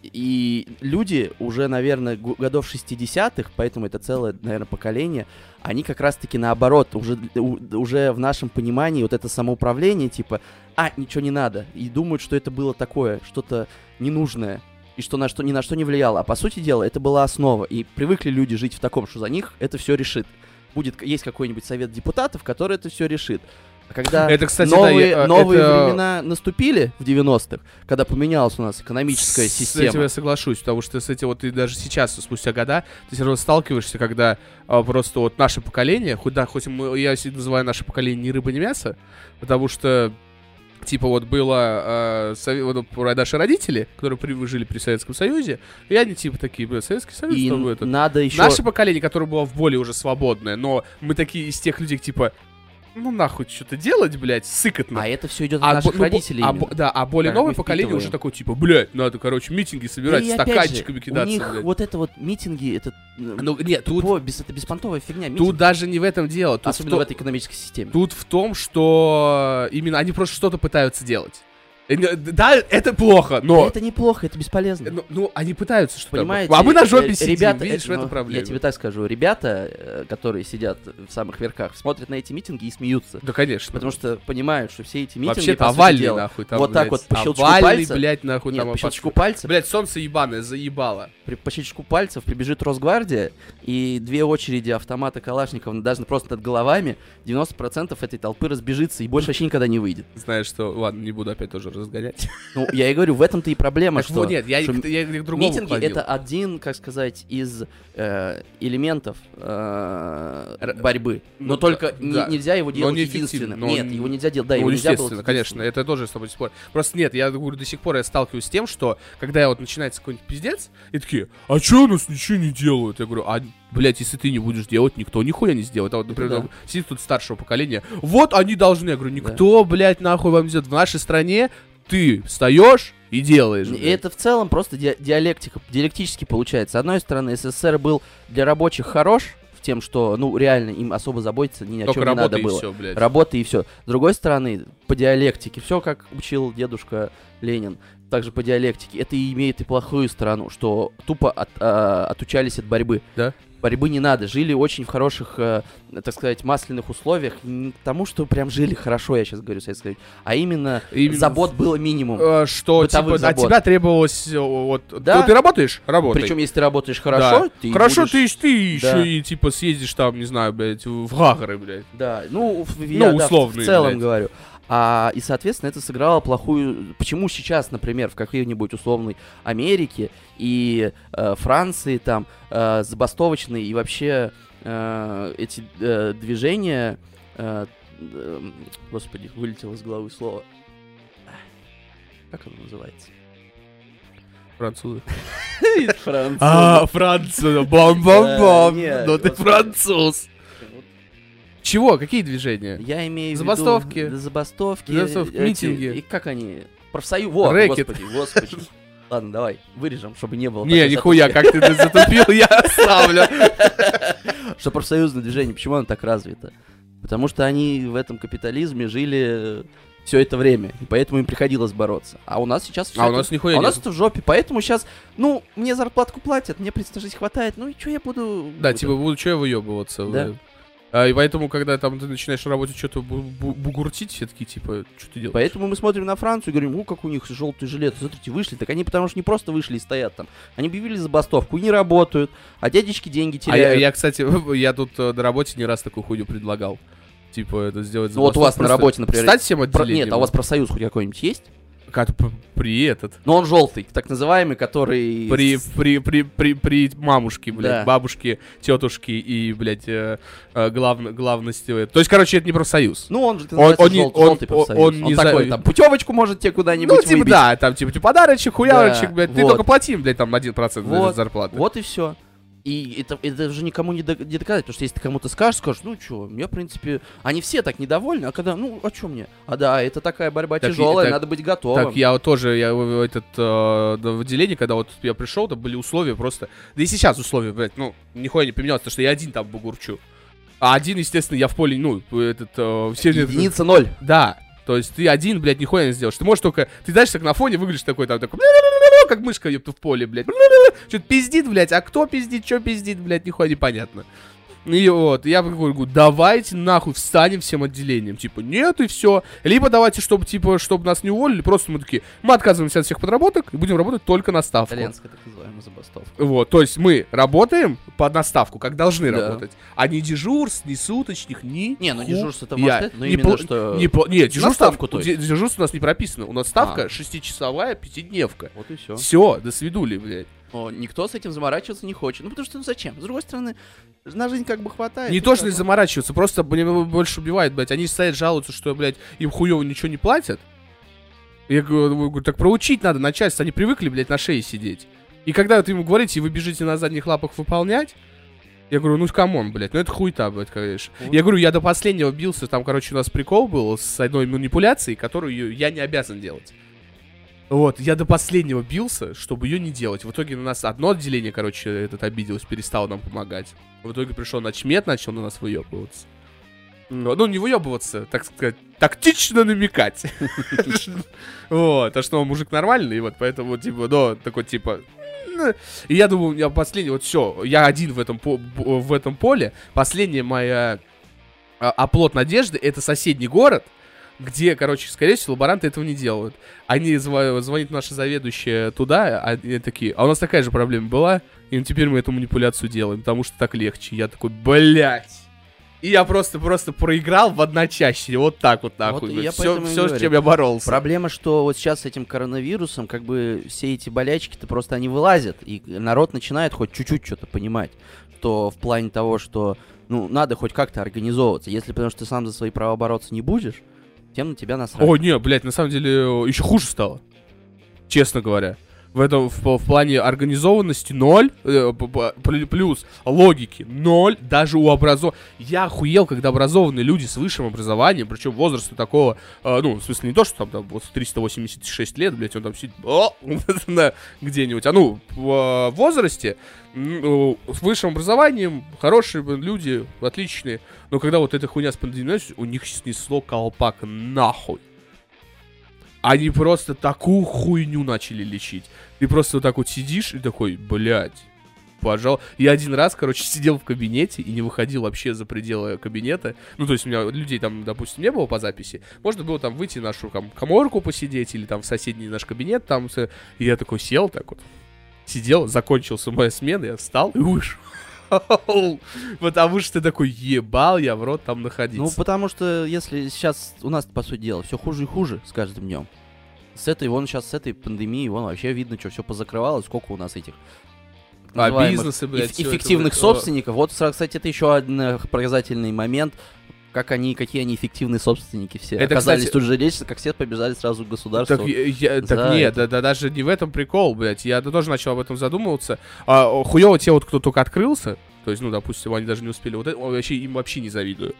И люди уже, наверное, гу- годов 60-х, поэтому это целое, наверное, поколение, они как раз-таки наоборот, уже, у- уже в нашем понимании вот это самоуправление, типа, а, ничего не надо, и думают, что это было такое, что-то ненужное, и что на что ни на что не влияло. А по сути дела, это была основа, и привыкли люди жить в таком, что за них это все решит. Будет, к- есть какой-нибудь совет депутатов, который это все решит. А когда Это, кстати, да, новые, я- э, новые это- времена наступили в 90-х, когда поменялась у нас экономическая С система. этим я соглашусь, потому что с этим вот ты даже сейчас, спустя года, ты все равно сталкиваешься, когда а, просто вот наше поколение, хоть, да, хоть мы- я себя называю наше поколение ни рыба, ни мясо, потому что типа вот было а, сове- вот, про наши родители, которые при- жили при Советском Союзе, и они типа такие, блин, Советский Союз, И там это. надо еще... Наше поколение, которое было в более уже свободное, но мы такие из тех людей, типа, ну нахуй что-то делать, блядь, сыкотно. А это все идет от А наших бо- ну, бо- родителей. а именно. бо- да, а более Как мы новое поколение уже впитываем. такое, типа, блядь, надо, короче, митинги собирать, Да и опять же, стаканчиками кидаться, У них блядь». вот это вот митинги, это... Ну, Ну, нет, тут, без, это беспонтовая фигня. тут митинги, даже не в этом дело. Тут, особенно в в то- этой экономической системе. тут в том, что именно они просто что-то пытаются делать. Э, не- Да, это плохо, но... Это неплохо, это бесполезно. Ну, ну, они пытаются что-то. Понимаете? А мы на жопе э, сидим, ребята, видишь, э, в ну, этом проблема. Я тебе так скажу, ребята, э, которые сидят в самых верхах, смотрят на эти митинги и смеются. Да, конечно. Потому что понимают, что все эти митинги, Вообще-то по сути овальный, дела- нахуй, там, вот так блядь, вот по щелчку овальный, пальца- блядь, нахуй, Нет, там, по опас- щелчку пальцев, Блядь, солнце ебаное, заебало. при- по щелчку пальцев прибежит Росгвардия, и две очереди автомата Калашникова, даже просто над головами, 90% этой толпы разбежится и больше вообще никогда не выйдет. Знаешь что, ладно, не буду опять тоже разгонять. Ну, я и говорю, в этом-то и проблема, Так что... вот, нет, я что к- я к другому Митинги клонил. это один, как сказать, из э, элементов э, Р- борьбы. ну Но да, только не- да. нельзя его Но делать не эффективно, единственным. но Нет, он- его нельзя делать, да, ну, его нельзя было естественно, конечно, единственным. это тоже с тобой спор. Просто нет, я говорю, до сих пор я сталкиваюсь с тем, что когда я вот начинается какой-нибудь пиздец, и такие, а чё у нас ничего не делают? Я говорю, а, блядь, если ты не будешь делать, никто нихуя не сделает. А вот, например, да. там сидит тут старшего поколения, вот они должны. Я говорю, никто, блядь, нахуй вам не сделает. В нашей стране ты встаешь и делаешь. И блядь». это в целом просто ди- диалектика, диалектически получается. С одной стороны, СССР был для рабочих хорош в тем, что, ну, реально им особо заботиться ни о Только чем не работа надо и было. всё, блядь. Работа и все. С другой стороны, по диалектике, все как учил дедушка Ленин, также по диалектике, это и имеет и плохую сторону, что тупо от- а, отучались от борьбы. Да. Борьбы не надо, жили очень в хороших, э, так сказать, масляных условиях, не потому что прям жили хорошо, я сейчас говорю, Советский Союз, а именно, Именно забот было минимум. Э, Что Бытовых типа, от забот. тебя требовалось э, вот Да. ты, ты работаешь? Работай. Причем, если ты работаешь хорошо, Да. ты Хорошо, будешь- ты, ещё- ты Да. еще и типа съездишь там, не знаю, блядь, в Гагры, блядь. Да, ну, в- Ну, я, да, в- условные, в целом блядь. говорю. А, и, соответственно, это сыграло плохую... Почему сейчас, например, в какой-нибудь условной Америке и э, Франции там э, забастовочные и вообще э, эти э, движения... э, эм, господи, вылетело из головы слово. Как оно называется? Французы. Француз. А, Франция, бам-бам-бам, бам-бам-бам, Э, не, но но ты ты господи. француз. Чего, какие движения? Я имею в виду... Забастовки. да, Забастовки. э, Забастовки, эти- митинги. И как они? Профсоюз. Вот, Рэкет. господи, господи. Ладно, давай, вырежем, чтобы не было. Не, такой нихуя, как ты затупил, я оставлю. затупки. Что профсоюзное движение, почему оно так развито? Потому что они в этом капитализме жили все это время, и поэтому им приходилось бороться. А у нас сейчас всё А у это- нас нихуя а у нас нет. это в жопе, поэтому сейчас, ну, мне зарплатку платят, мне представь, жизнь хватает, ну и что я буду... Да, вот типа, буду, что я выебываться? Да. блядь? А, И поэтому, когда там ты начинаешь на работе что-то бу- бу- бугуртить, все такие, типа, что ты делаешь? Поэтому мы смотрим на Францию и говорим, ну как у них желтый жилет, смотрите, вышли. Так они потому что не просто вышли и стоят там. Они объявили забастовку и не работают, а дядечки деньги А я, теряют. я, кстати, я тут э, на работе не раз такую хуйню предлагал. Типа, это сделать... Ну вот у забастовку. вас на Просто работе, например, Стать всем Про- отделением. Нет, а у вас профсоюз хоть какой-нибудь есть? Как п- при этот... Но он желтый, так называемый, который... При, с- при, при, при, при мамушке, блядь, Да. бабушке, тетушке и, блядь, э, э, главн- главности. э, То есть, короче, это не профсоюз. Ну, он же Он- называется он не- жёл- он- желтый он- профсоюз. он не за- такой, там, путевочку может тебе куда-нибудь ну, типа, выбить. да, там, типа, типа подарочек, хуярочек, блядь, ты вот. только плати, им, блядь, там, 1% Вот, зарплаты. Вот и все. И это, это уже никому не, до- не доказать, потому что если ты кому-то скажешь, скажешь, ну что, я, в принципе... Они все так недовольны, а когда, ну, а что мне? А да, это такая борьба Так и- тяжелая, так- надо быть готовым. Так, я вот тоже, я в- в этот, э, да, в отделение, когда вот я пришел, там были условия просто, да и сейчас условия, блядь, ну, нихуя не поменялось, потому что я один там бугурчу. А один, естественно, я в поле, ну, этот, э, все... мне- Единица ноль. Да, то есть ты один, блядь, нихуя не сделаешь. Ты можешь только, ты знаешь, так на фоне выглядишь такой, там, такой, как мышка, ёпта, в поле, блядь. Что-то пиздит, блядь, а кто пиздит, что пиздит, блядь, нихуя непонятно. И вот, я такой говорю, давайте нахуй встанем всем отделением. Типа, нет, и все. Либо давайте, чтобы, типа, чтобы нас не уволили, просто мы такие, мы отказываемся от всех подработок и будем работать только на ставку. Итальянская так называемая забастовка. Вот, то есть мы работаем под наставку, как должны Да. работать. А не дежурств, ни суточных, ни... Не, ну ху- дежурство это я. может это, но Не именно пол- что... не по- Нет, дежурство, Э, ставку, то есть. де- дежурство у нас не прописано. У нас ставка А. шестичасовая пятидневка. Вот и все. Все, до свидули, блядь. Но никто с этим заморачиваться не хочет. Ну потому что, ну зачем? С другой стороны, на жизнь как бы хватает. не и то, что не как бы. заморачиваются, просто мне больше убивает, блядь. Они стоят, жалуются, что, блядь, им хуёво ничего не платят. Я говорю, говорю, так проучить надо начальство, они привыкли, блядь, на шее сидеть. И когда вот ему говорите, и вы бежите на задних лапах выполнять, я говорю, ну камон, блядь, ну это хуйта, блядь, конечно. Вот. Я говорю, я до последнего бился, там, короче, у нас прикол был с одной манипуляцией, которую я не обязан делать. Вот, я до последнего бился, чтобы ее не делать. В итоге на нас одно отделение, короче, этот обиделось, перестало нам помогать. В итоге пришел начмет, начал на нас выебываться. Ну, ну, не выебываться, так сказать, тактично намекать. Вот, а что, он мужик нормальный, вот, поэтому, типа, ну, такой, типа... «М-м-м». И я думал, я последний, вот все, я один в этом, по- б- в этом поле. Последняя моя а, оплот надежды — это соседний город, где, короче, скорее всего, лаборанты этого не делают. Они зва- звонит наша заведующая туда, а они такие, а у нас такая же проблема была, и теперь мы эту манипуляцию делаем, потому что так легче. Я такой, блядь. И я просто-просто проиграл в одночасье, вот так вот нахуй. и Вот я все, поэтому и с говорю. чем я боролся. Проблема, что вот сейчас с этим коронавирусом, как бы все эти болячки-то просто они вылазят, и народ начинает хоть чуть-чуть что-то понимать, что в плане того, что ну надо хоть как-то организовываться, если потому что ты сам за свои права бороться не будешь, тем на тебя насрать. О, не, блядь, на самом деле еще хуже стало. Честно говоря. В этом в, в плане организованности ноль, э, п- п- плю- плюс логики ноль, даже у образов... Я охуел, когда образованные люди с высшим образованием, причем возраста такого, э, ну, в смысле не то, что там, там вот 386 лет, блядь, он там сидит о, на- где-нибудь, а ну, в э, возрасте, м, э, с высшим образованием, хорошие блин, люди, отличные, но когда вот эта хуйня с пандемией, у них снесло колпак нахуй. Они просто такую хуйню начали лечить. Ты просто вот так вот сидишь и такой, блядь, пожалуй. Я один раз, короче, сидел в кабинете и не выходил вообще за пределы кабинета. Ну, то есть у меня людей там, допустим, не было по записи. Можно было там выйти в нашу там, коморку посидеть или там в соседний наш кабинет. Там с- и я такой сел так вот, сидел, закончился моя смена, я встал и вышел. Потому что ты такой, ебал я в рот там находиться. Ну, потому что если сейчас у нас, по сути дела, все хуже и хуже с каждым днем. С этой, вон сейчас с этой пандемией, вон вообще видно, что все позакрывалось, сколько у нас этих так а называемых бизнесы, блядь, эф- всё это, эффективных блядь, о. собственников. Вот, сра- кстати, это еще один э, показательный момент, как они, какие они эффективные собственники все Это, оказались кстати- тут же речь, как все побежали сразу к государству. Так, я- я- так за нет, да, да даже не в этом прикол, блядь. Я да тоже начал об этом задумываться. А, о, хуёво те вот, кто только открылся, то есть, ну, допустим, они даже не успели, вот это, о, вообще им вообще не завидую.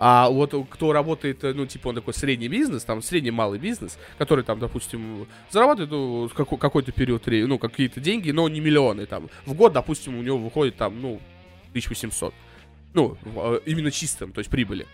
А вот у- кто работает, э, ну, типа, он такой средний бизнес, там, средний-малый бизнес, который там, допустим, зарабатывает ну, како- какой-то период, ре- ну, какие-то деньги, но не миллионы, там, в год, допустим, у него выходит, там, ну, 1800. Ну, в- э, именно чистым, то есть прибыли.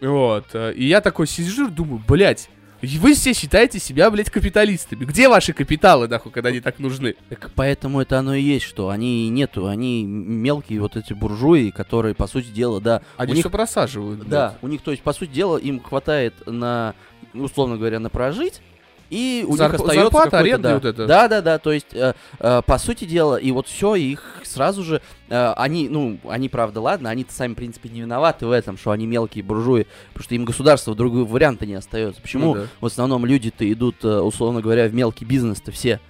Вот. э, И я такой сижу, думаю, блядь, и вы все считаете себя, блядь, капиталистами. Где ваши капиталы, нахуй, когда они так нужны? Так поэтому это оно и есть, что они нету, они м- мелкие вот эти буржуи, которые, по сути дела, да, Они у А них все просаживают. блядь. Да, у них, то есть, по сути дела, им хватает на, ну, условно говоря, на прожить, и у Зарп- них остается зарплата, какой-то, аренда и да. вот это. Да, да, да, то есть, э, э, по сути дела, и вот все, их сразу же, э, они, ну, они, правда, ладно, они-то сами, в принципе, не виноваты в этом, что они мелкие буржуи, потому что им государство другого варианта не остается. Почему Ну да. в основном люди-то идут, э, условно говоря, в мелкий бизнес-то все?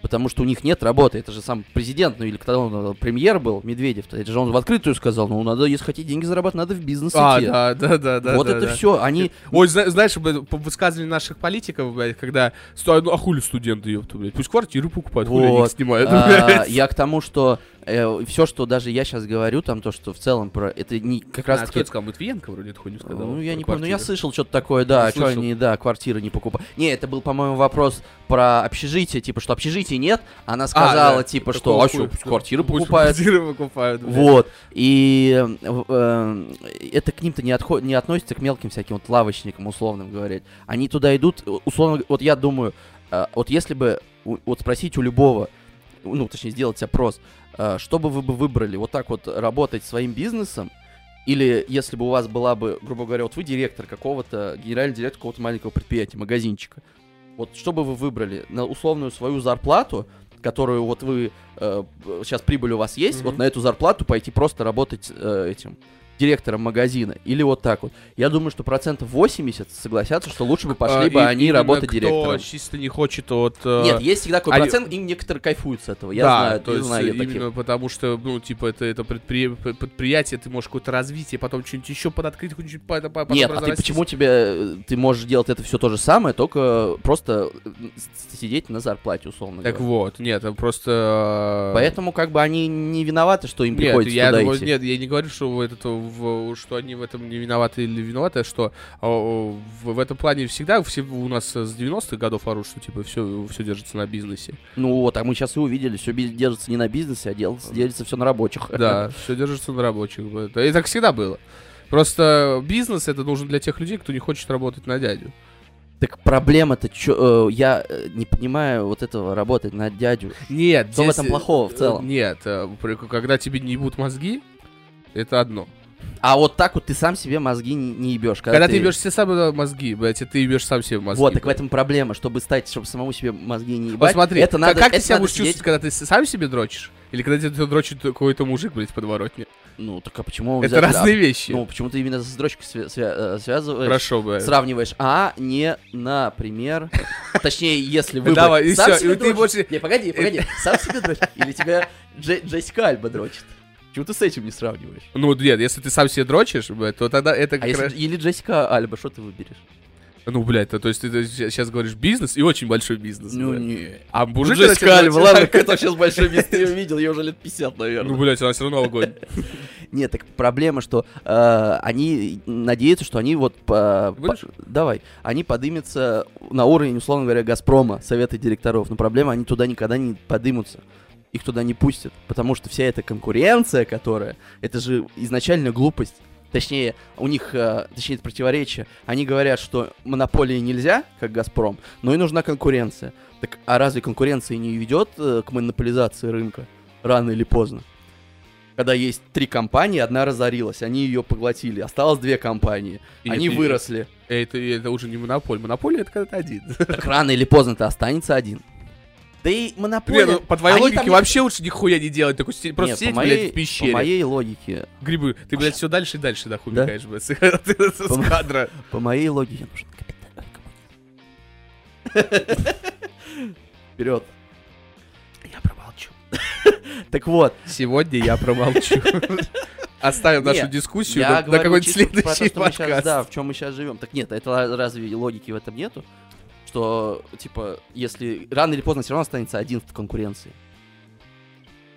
Потому что у них нет работы. Это же сам президент, ну или когда он э, премьер был, Медведев-то, это же он в открытую сказал, ну надо, если хотите деньги зарабатывать, надо в бизнес А, идти. да, да, да, да. Вот да, это да. все. Они. Ой, зна- знаешь, блядь, по высказыванию наших политиков, блядь, когда... сто- Ну, а хули студенты, ёпта, блядь, пусть квартиру покупают, хули они их Вот. снимают, а, блядь. Я к тому, что все, что даже я сейчас говорю, там то, что в целом про... Это не как раз а, таки... кто сказал? Матвиенко вроде эту хуйню сказал. Ну, я про не помню, ну я квартиры. слышал что-то такое, да, Я что слышал. они, да, квартиры не покупают. Не, это был, по-моему, вопрос про общежитие, типа, что общежития нет, она сказала, А, да. типа, что, Такого а хуя, что, квартиры пусть покупают. Квартиры покупают. блядь. Вот. И э, в- эм, это к ним-то не, отхо- не относится к мелким всяким вот лавочникам, условно говоря. Они туда идут, э, условно, г- вот я думаю, э, вот если бы, у- вот спросить у любого, ну, точнее, сделать опрос, э, что бы вы бы выбрали, вот так вот работать своим бизнесом, или если бы у вас была бы, грубо говоря, вот вы директор какого-то, генеральный директор какого-то маленького предприятия, магазинчика, вот что бы вы выбрали? На условную свою зарплату, которую вот вы э, сейчас прибыль у вас есть, Мгм. вот на эту зарплату пойти просто работать э, этим директором магазина или вот так вот. Я думаю, что процентов 80 согласятся, что лучше бы пошли А, бы и- они именно работать кто директором. чисто не хочет от... э, Нет, есть всегда такой они- процент, и некоторые кайфуют с этого. Я да, знаю, то я есть знаю я таких. именно потому что, ну, типа, это, это предпри- п- предприятие, ты можешь какое-то развитие, потом что-нибудь еще подоткрыть, хоть чуть-чуть по- по- потом Нет, а ты разрастись. почему тебе э, ты можешь делать это все то же самое, только просто э, с- сидеть на зарплате, условно Так говоря. вот, нет, а просто... э, Поэтому как бы они не виноваты, что им Нет, приходится я туда думаю, идти. нет, я не говорю, что в этот, в- что они в этом не виноваты или виноваты, а что а, о, в, в этом плане всегда все у нас с 90-х годов орут, что типа все, все держится на бизнесе. Ну вот, а мы сейчас и увидели, все держится не на бизнесе, а дел- делится все на рабочих. Да, все держится на рабочих. Это- И так всегда было. Просто бизнес это нужен для тех людей, кто не хочет работать на дядю. Так проблема-то, чё, э, я э, не понимаю вот этого работать на дядю. Нет, э, Что в этом плохого в целом? Нет, э, при- когда тебе не ебут мозги, это одно. А вот так вот ты сам себе мозги не, не ебешь. Когда, ты ебешь себе сам э, мозги, блядь, и ты ебешь сам себе мозги. Вот, так в этом проблема, чтобы стать, чтобы самому себе мозги не ебать. Вот смотри, это как- надо, как ты это себя надо будешь сидеть- чувствовать, когда ты с- сам себе дрочишь? Или когда тебе дрочит какой-то мужик, блядь, в подворотне? Ну, так а почему... это обязательно- разные вещи. Ну, почему ты именно с дрочкой свя- свя- э, связываешь? Хорошо, блядь. Сравниваешь, а не, например, точнее, если вы Давай, и сам всё, себе и ты дрочишь. больше- Не, погоди, погоди, сам себе дрочишь, или тебя Дже- Джессика Альба дрочит? Почему ты с этим не сравниваешь? Ну, нет, если ты сам себе дрочишь, блядь, то тогда это А как если раз... или Джессика Альба, что ты выберешь? Ну, блядь, то, то есть ты сейчас говоришь бизнес и очень большой бизнес. блядь. Ну, не. А мужик... когда Джессика тебя Альба, дрочит- ладно, какой-то сейчас большой место я увидел, ее уже лет 50, Ну, наверное. блядь, она все равно огонь. Нет, так проблема, что э, они надеются, что они вот... э, по- Будешь? по- давай. Они подымутся на уровень, условно говоря, «Газпрома», Совета директоров. Но проблема, они туда никогда не подымутся. Их туда не пустят. Потому что вся эта конкуренция, которая... Это же изначально глупость. Точнее, у них, э, точнее, это противоречие. Они говорят, что монополии нельзя, как «Газпром», но и нужна конкуренция. Так, а разве конкуренция не ведет э, к монополизации рынка? Рано или поздно когда есть три компании, одна разорилась, они ее поглотили. Осталось две компании, И они это- выросли. Это, это уже не монополь. Монополия это когда ты один. Так рано или поздно ты останется один. Да и монополия... Не, ну, по твоей Они логике там не- вообще лучше нихуя не делать. Такой, си- просто Нет, сидеть, по моей, блядь, в пещере. По моей логике, Грибы. Ты, блядь, все дальше и дальше нахуй Да? мекаешь, блядь, с с кадра. по моей логике нужен капитализм. Вперед. Я промолчу. Так вот, Сегодня я промолчу. Оставим нашу Нет, дискуссию я на, на говорю какой-нибудь чисто про то, следующий что мы щас- подкаст. да, в чем мы сейчас живем. Так нет, это разве логики в этом нету? Что, типа, если рано или поздно все равно останется один в конкуренции.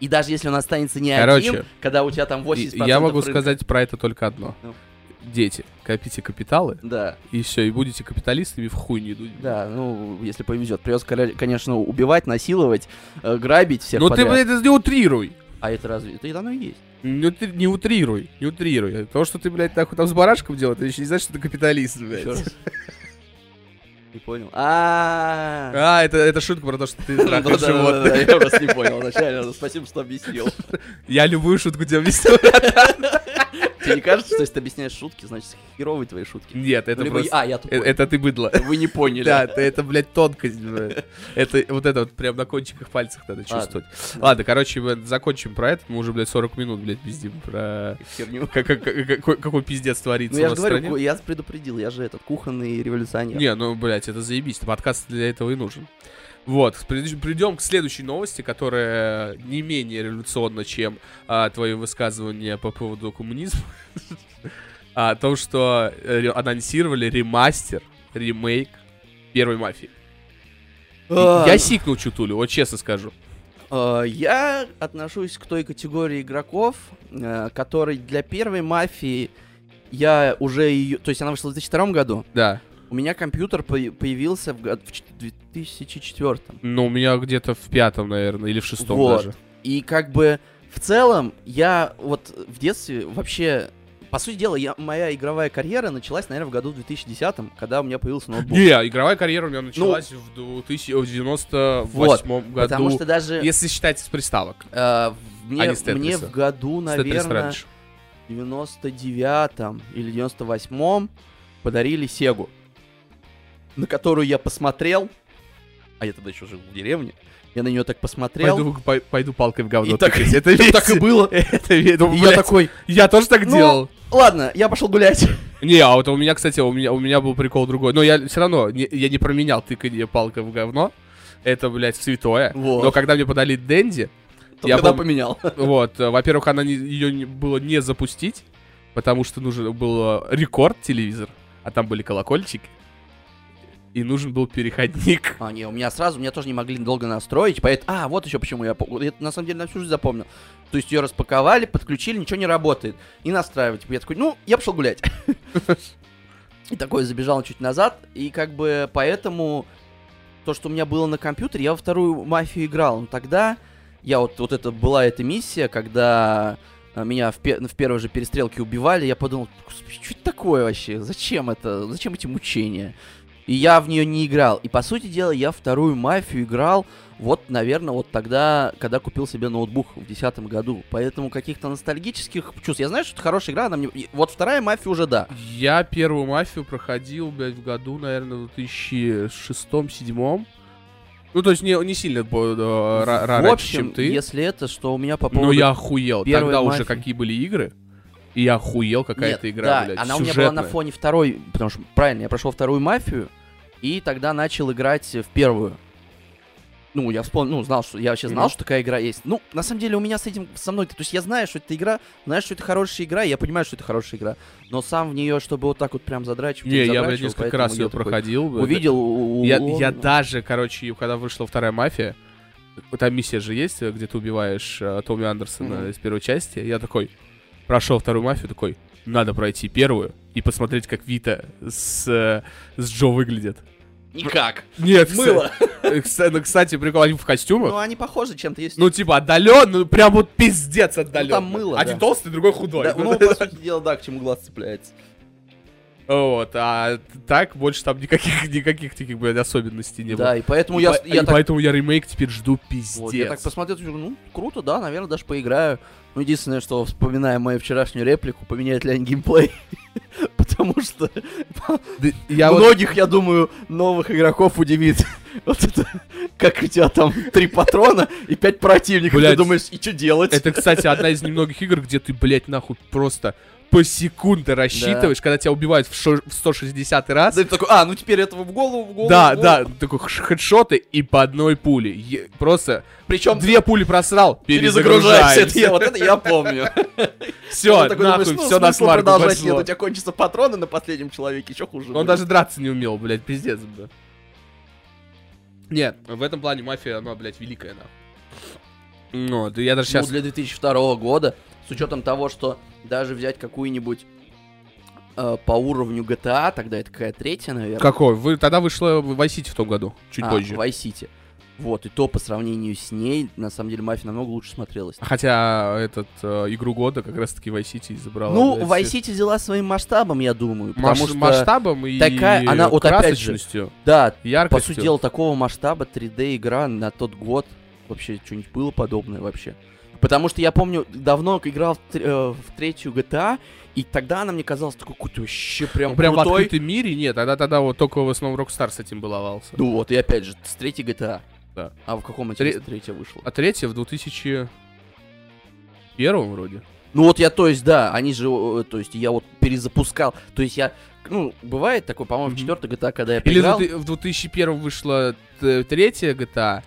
И даже если он останется не один, Короче, когда у тебя там 80% И я могу рынка. сказать про это только одно. Ну. Дети, копите капиталы, Да, и все, и будете капиталистами в хуй не дуть. да, ну, если повезет. Придется, коля- конечно, убивать, насиловать, э, грабить всех Ну ты, подряд. блядь, это не утрируй. А это разве... Это и оно и есть. Ну ты не утрируй, не утрируй. То, что ты, блядь, нахуй там с барашком делал, это еще не значит, что ты капиталист, Еще блядь. раз. Не понял. Ну а А, это, это шутка про то, что ты трахаешь животных. Я просто не понял вначале. Спасибо, что объяснил. Я любую шутку тебе объясню. Тебе не кажется, что если ты объясняешь шутки, значит херовые твои шутки? Нет, Ну, это либо я- просто... А, я э- тупой. Это ты быдло. Вы не поняли. Да, ты- это, блядь, тонкость, блядь. Это вот это вот прям на кончиках пальцев надо чувствовать. Ладно, короче, мы закончим про это. Мы уже, блядь, 40 минут, блядь, пиздим про... Херню. как- как- как- какой- Какой пиздец Ну творится у я же нас в говорю, ку- стране. я предупредил, я же этот кухонный революционер. Не, ну, блядь, это заебись. Подкаст для этого и нужен. Вот, придем к следующей новости, которая не менее революционна, чем а, твои высказывания по поводу коммунизма. А, О том, что э, анонсировали ремастер, ремейк первой мафии. А, Я сикнул Чутулю, вот честно скажу. Э, Я отношусь к той категории игроков, э, который для первой мафии я уже ее... То есть она вышла в 2002 году. Да. У меня компьютер по- появился в, год- в ч- 2004. Ну, у меня где-то в пятом, наверное, или в шестом Вот. даже. И как бы в целом я вот в детстве вообще... По сути дела, я, моя игровая карьера началась, наверное, в году 2010, когда у меня появился ноутбук. Не, игровая карьера у Ну. меня началась в 2098 году. Потому что даже Если считать с приставок. э, мне, а не с Тетриса. мне в году, С Тетрис наверное, раньше. 99 или 98 подарили Сегу, на которую я посмотрел, а я тогда еще жил в деревне, я на нее так посмотрел, Пойду, пой- пойду палкой в говно и так, тыкать. Это и ведь- так и было. Это ведь- И ну, я блядь, такой, Я тоже так Ну. делал. ладно, я пошел гулять. Не, а вот у меня, кстати, у меня, у меня был прикол другой. Но я все равно, не- я не променял тыканье палкой в говно. Это, блядь, святое. Вот. Но когда мне подали Дэнди, Ну, Я Я тогда пом- поменял. вот, э, во-первых, она ее было не запустить, потому что нужен был э, рекорд телевизор, а там были колокольчики, и нужен был переходник. А, не, у меня сразу, меня тоже не могли долго настроить, поэтому... А, вот еще почему я... пом- Я это, на самом деле на всю жизнь запомнил. То есть ее распаковали, подключили, ничего не работает. И настраивать. Я такой, ну, я пошел гулять. И такой забежал чуть назад, и как бы поэтому то, что у меня было на компьютере, я во вторую мафию играл. Но тогда я вот, вот это была эта миссия, когда э, меня в, пе- в первой же перестрелке убивали, я подумал, «Господи, что это такое вообще? Зачем это? Зачем эти мучения? И я в нее не играл. И по сути дела, я вторую мафию играл вот, наверное, вот тогда, когда купил себе ноутбук в 2010 году. Поэтому каких-то ностальгических чувств. Я знаю, что это хорошая игра, она мне. и Вот вторая мафия уже да. Я первую мафию проходил, блядь, в году, наверное, в 2006-2007. Ну, то есть не, не сильно бо- э, ра- в раньше, общем, чем ты. Ну, если это, что у меня по поводу... Но я охуел. первой Тогда мафии. уже какие были игры, и я охуел, Нет, какая то игра, да, блядь, она у меня была сюжетная. на фоне второй, потому что, правильно, я прошел вторую мафию, и тогда начал играть в первую. Ну, я вспомнил, ну, знал, что я вообще знал, Мгм. что такая игра есть. Ну, на самом деле, у меня с этим, со мной, то есть я знаю, что это игра, знаю, что это хорошая игра, и я понимаю, что это хорошая игра, но сам в нее, чтобы вот так вот прям задрачивать. Не, я, блядь, задрачивал, несколько поэтому раз я ее такой проходил. блядь. Увидел у- у- Я, у- я даже, короче, когда вышла вторая мафия, вот там миссия же есть, где ты убиваешь э, Томми Андерсона Мгм. из первой части. Я такой прошел вторую мафию, такой, надо пройти первую и посмотреть, как Вита с, э, с Джо выглядит. Никак. Нет, Мыло. кстати, ну, кстати, прикол, они в Ну, костюмах. они похожи чем-то, есть. Ну, типа, отдален, ну, прям вот пиздец отдален. Ну, там мыло, Один да. толстый, другой худой. Да, ну, по сути дела, да, к чему глаз цепляется. Вот, а так больше там никаких, никаких таких, блядь, особенностей не было. Да, и поэтому И я, по- я и так поэтому я ремейк теперь жду пиздец. Вот, я так посмотрел, думаю, ну, круто, да, наверное, даже поиграю. Ну, единственное, что, вспоминая мою вчерашнюю реплику, поменяет ли они геймплей. Потому что Да, я вот- многих, я думаю, новых игроков удивит. Вот это, как у тебя там три патрона и пять противников. Ты Блядь. думаешь, и что делать? Это, кстати, одна из немногих игр, где ты, блядь, нахуй просто по секунду рассчитываешь, когда тебя убивают в, шо- в 160 раз. Да, и такой, а, ну теперь этого в голову, в голову. Да, да, такой хш- хедшоты и по одной пуле. Е- просто Причем две пули просрал, перезагружаешься. Это я- перезагружаешься. вот это я помню. Все, Ты такой нахуй, думаешь, ну, все на смысла смарку продолжать пошло. нет, у тебя кончатся патроны на последнем человеке, еще хуже. Он будет. даже драться не умел, блядь, пиздец, да. Нет, в этом плане мафия, она, блядь, великая, нахуй. Ну, да я даже сейчас... Ну, для 2002 года, с учетом того, что даже взять какую-нибудь э, по уровню GTA, тогда это какая третья, наверное. Какой? Вы, тогда вышла в Vice City в том году, чуть а, позже. Vice City. Вот, и то по сравнению с ней, на самом деле, мафия намного лучше смотрелась. Хотя этот э, игру года как раз таки Vice City и забрала. Ну, блядь, Vice все- City взяла своим масштабом, я думаю. А, Маш- Потому что, масштабом и такая- она вот опять же, красочностью, да, по яркостью. сути дела, такого масштаба 3D-игра на тот год вообще что-нибудь было подобное вообще. Потому что я помню, давно играл в, тр- э, в третью GTA, и тогда она мне казалась такой какой-то вообще прям, Ну, прям в крутой. открытом мире, нет, тогда тогда вот только в основном Rockstar с этим баловался. Ну вот, и опять же, с третьей GTA. Да. А в каком Тре- интересно третья вышла? А третья в 2001 вроде. Ну вот я, то есть, да, они же, э, то есть, я вот перезапускал, то есть я, ну, бывает такой, по-моему, в Мгм. четвертой GTA, А, когда я Или поиграл, в дву- в 2001 вышла т- третья GTA,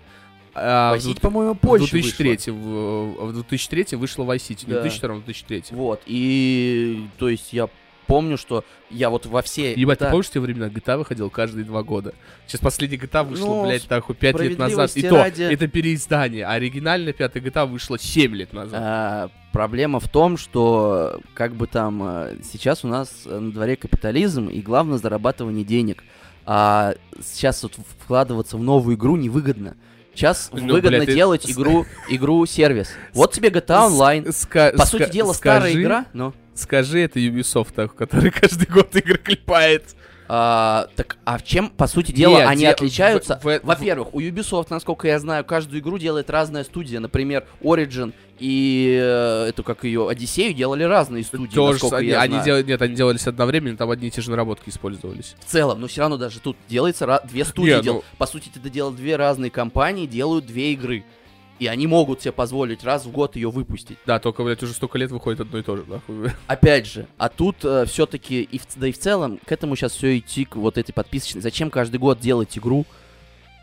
а в Vice City, дву- по-моему, в позже 2003 в в 2003 вышла Vice City, не Да. в 2002, в 2003. вышла. Вот, и, то есть, я помню, что я вот во все... А Ебать, ты GTA помнишь, в те времена GTA выходил каждые два года? Сейчас последний GTA вышло, Ну, блядь, нахуй, пять лет назад. И справедливости то, ради- это переиздание. А оригинальная пятая GTA вышла семь лет назад. А, проблема в том, что как бы там э, сейчас у нас э, на дворе капитализм и главное зарабатывание денег. А сейчас вот в- вкладываться в новую игру невыгодно. Сейчас Ну, выгодно бля, ты- делать игру, игру сервис. Вот тебе GTA Online. Ска- По ска- сути дела, скажи- старая игра, но. Скажи это Ubisoft, так, который каждый год игры клепает. А, так, а в чем, по сути дела, Не, а они те- отличаются? в- в- Во-первых, у Ubisoft, насколько я знаю, каждую игру делает разная студия. Например, Origin и э, эту, как ее, Одиссею делали разные студии, Тоже, насколько они, я они знаю. делали, нет, они делались одновременно, там одни и те же наработки использовались. В целом, но все равно даже тут делается ра- две студии. Не, дел- ну- По сути, это делают две разные компании, делают две игры. И они могут себе позволить раз в год ее выпустить. Да, только, блядь, уже столько лет выходит одно и то же, нахуй. Опять же, а тут все-таки, и в, ц- да и в целом, к этому сейчас все идти, к вот этой подписочной. Зачем каждый год делать игру?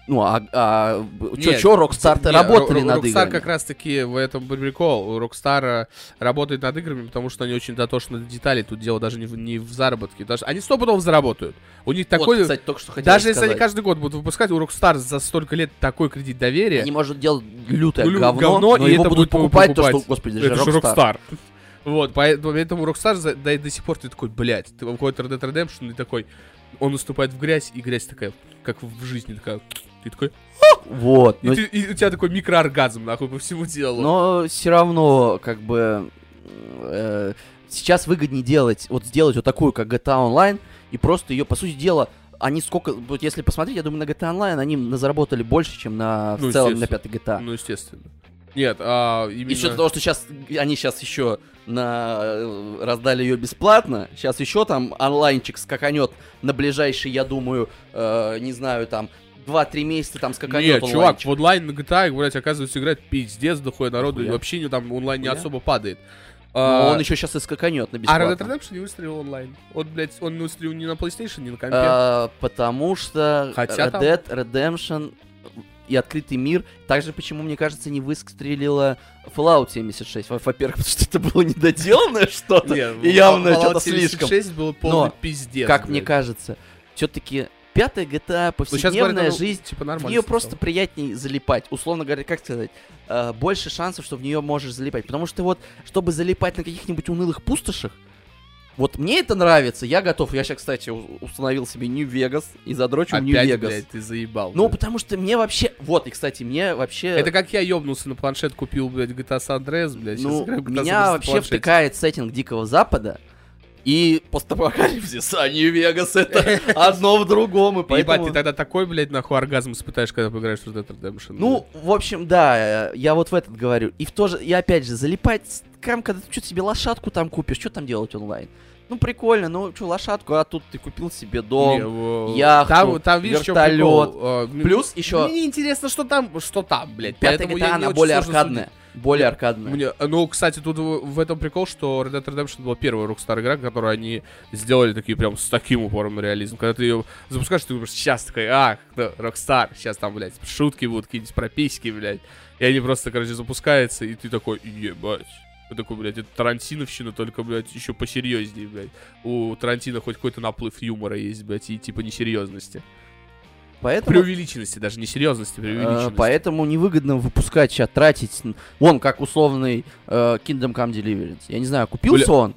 Ну, а, а б- чё, Нет, чё, Rockstar-то Не, работали Ро- Ро- над Rockstar играми? как раз-таки в этом прикол. У Rockstar э, работает над играми, потому что они очень дотошны до деталей. Тут дело даже не в, не в заработке. Даже, они сто пудов заработают. У них Вот, такой... кстати, только что хотел даже если они сказать. каждый год будут выпускать, у Rockstar за столько лет такой кредит доверия. Они, может, делать лютое Лю- говно, говно, но и его это будут будут покупать, то, покупать. что, господи, это Ну, Это же же Rockstar. Rockstar. Вот, поэтому, поэтому Rockstar за- да, и до сих пор ты такой, блядь, ты выходит Red Dead Redemption и такой, он уступает в грязь, и грязь такая, как в жизни, такая, ты такой, Вот. и, но- ты- и у тебя такой микрооргазм, нахуй, по всему делу. Но все равно, как бы, э, сейчас выгоднее делать, вот сделать вот такую, как GTA Online, и просто ее, по сути дела, они сколько, вот если посмотреть, я думаю, на GTA Online они заработали больше, чем на, в Ну, целом на естественно. пятой GTA. Ну, естественно. Нет, а именно... И с учетом того, что сейчас они сейчас еще на э, раздали ее бесплатно, сейчас еще там онлайнчик скаканет на ближайшие, я думаю, э, не знаю, там 2-3 месяца там скаканет Нет, чувак, онлайнчик. в онлайн на GTA, блядь, оказывается, играет пиздец, дохуя народу, и Нахуя? вообще не- там онлайн не Нахуя? особо падает. Но А, он еще сейчас и скаканет на а бесплатно. Red Dead Redemption не выстрелил онлайн. Он, блядь, он не выстрелил ни на PlayStation, ни на компе. А, потому что Хотя Red там- Dead Redemption и открытый мир. Также, почему, мне кажется, не выстрелила Fallout 76. Во- Во-первых, потому что это было недоделанное что-то. Нет, и явно ну, Fallout что-то слишком. 76 было полный Но, пиздец. как мне блядь. кажется. Все-таки пятая GTA, Ну, сейчас говорят, повседневная оно, жизнь, типа в нормально. нее стало. просто приятней залипать. Условно говоря, как сказать, э, больше шансов, что в нее можешь залипать. Потому что вот, чтобы залипать на каких-нибудь унылых пустошах, вот мне это нравится, я готов. Я сейчас, кстати, у- установил себе Нью-Вегас и задрочил Опять, Нью-Вегас. блядь, ты заебал. Ну, блядь. потому что мне вообще... Вот, и, кстати, мне вообще... Это как я ёбнулся на планшет, купил, блядь, GTA San Andreas, блядь. сейчас ну, играю в GTA San Andreas меня на вообще планшете. втыкает сеттинг Дикого Запада и постапокалипсис, а Нью-Вегас это одно в другом, и Ебать, поэтому... ты тогда такой, блядь, нахуй оргазм испытаешь, когда поиграешь в Red Dead Redemption. Ну, в общем, да, э, я вот в этот говорю. И в то же, и опять же, залипать с- там, когда ты что-то себе лошадку там купишь, что там делать онлайн? Ну, прикольно, ну, что лошадку, а тут ты купил себе Не, дом. во- яхту, там, там, видишь, в чём вертолёт. прикол? А, м- Плюс ещё- Мне интересно, что там, что там, блядь. Пятая поэтому GTA, я- мне она очень более сложно аркадная. Более аркадная. Мне- ну, кстати, тут в в этом прикол, что Red Dead Redemption была первая Rockstar игра, которую они сделали такие прям с таким упором на реализм. Когда ты ее запускаешь, ты думаешь, сейчас такой, а, да, Rockstar, сейчас там, блядь, шутки будут, какие-нибудь прописьки, блядь. И они просто, короче, запускаются, и ты такой, ебать. Ты такой, блядь, это Тарантиновщина, только, блядь, еще посерьезнее, блядь. У Тарантино хоть какой-то наплыв юмора есть, блядь, и типа несерьезности. Поэтому... Преувеличенности, даже несерьезности, Э, преувеличенности. Поэтому невыгодно выпускать сейчас, тратить. н- Вон, как условный э, Kingdom Come Deliverance. Я не знаю, купился Бля. он.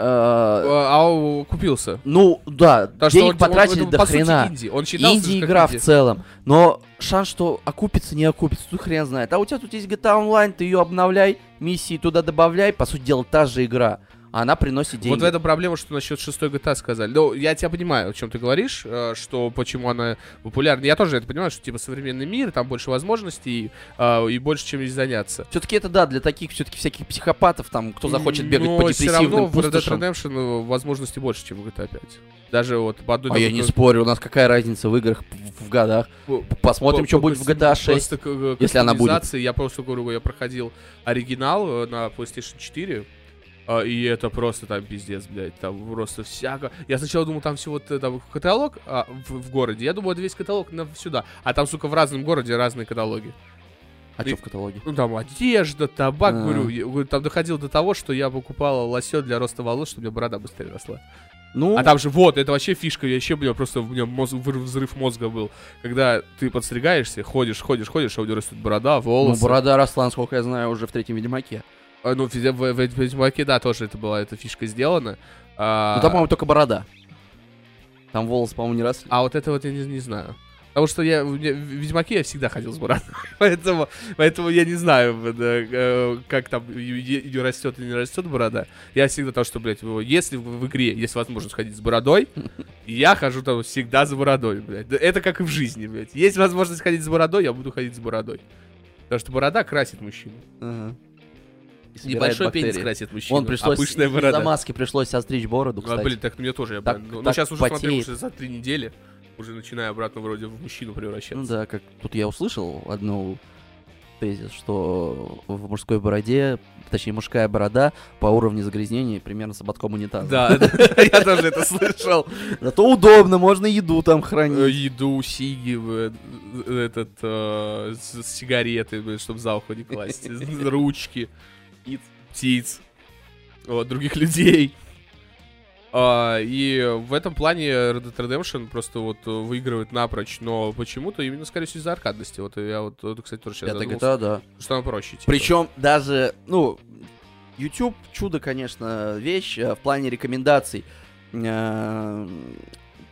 А, Э, а, у- купился. ну, да, Потому А что денег он- он- потратили это, до по сути, хрена. инди. Он считался же Инди как игра инди. в целом. Но шанс, что окупится, не окупится, тут хрен знает. А у тебя тут есть GTA Online, ты ее обновляй, миссии туда добавляй. По сути дела, та же игра. А Она приносит деньги. Вот в этом проблема, что насчет шестой GTA сказали. Ну, я тебя понимаю, о чем ты говоришь, э, что почему она популярна. Я тоже это понимаю, что типа современный мир, там больше возможностей э, и больше чем здесь заняться. Все-таки это да, для таких все-таки всяких психопатов, там, кто захочет бегать Но по ну, всё равно депрессивным в Red Dead пустошам. Redemption э, возможностей больше, чем в GTA 5. Даже вот по одной... А я только- не спорю, у нас какая разница в играх, в- в годах. Посмотрим, По- что по- будет в по- GTA 6. просто к- к- если она будет. кастомизации. Я просто говорю, я проходил оригинал э, на PlayStation 4, э, и это просто там пиздец, блядь, там просто всяко... Я сначала думал, там всего т- там каталог а, в, в городе, я думал, это весь каталог на сюда, а там, сука, в разном городе разные каталоги. А Ты- что в каталоге? Ну, там одежда, табак, А. говорю. я- говорю, Там доходило до того, что я покупала лосьон для роста волос, чтобы у меня борода быстрее росла. Ну, А там же, вот, это вообще фишка, я еще, у меня просто, у меня мозг- выр- взрыв мозга был. Когда ты подстригаешься, ходишь, ходишь, ходишь, а у тебя растут борода, ну, волосы. борода росла, насколько я знаю, уже в третьем Ведьмаке. А, Ну, в, в- в Ведьмаке, да, тоже это была эта фишка сделана. А, Ну, там, по-моему, только борода. Там волосы, по-моему, не росли. а вот это вот я не, не знаю. Потому что я, у меня- в Ведьмаке я всегда ходил с бородой. поэтому, поэтому я не знаю, э, э, как там ее растет или не растет борода. Я всегда то, что, блядь, э, если в, в игре есть возможность ходить с бородой, я хожу там всегда с бородой, блядь. Да Это как и в жизни, блядь. Есть возможность ходить с бородой, я буду ходить с бородой. Потому что борода красит мужчину. Ага. И собирает Небольшой бактерии. пенис красит мужчину. Вон пришлось, а из-за пышная борода. маски пришлось остричь бороду, А, кстати. блин, так мне тоже, я Так- блин, ну, так сейчас уже смотрю, потеет. уже за три недели уже начинаю обратно вроде в мужчину Ну превращаться. да, как тут я услышал одну тезис, что в мужской бороде, точнее мужская борода по уровню загрязнения примерно с ободком унитаза. Да, да, я тоже это слышал. Зато удобно, можно еду там Э, хранить. Еду, сиги, э, э, этот, э, с- сигареты, чтобы за ухо не класть, э, ручки, птиц, вот, других людей. А, и в этом плане Red Dead Redemption просто вот э, выигрывает напрочь, но почему-то именно, скорее всего, из-за аркадности. Вот я вот, э, кстати, тоже сейчас Это задумался, GTA, да. что она проще. типа. Причем даже, ну, YouTube чудо, конечно, вещь э, в плане рекомендаций. Э,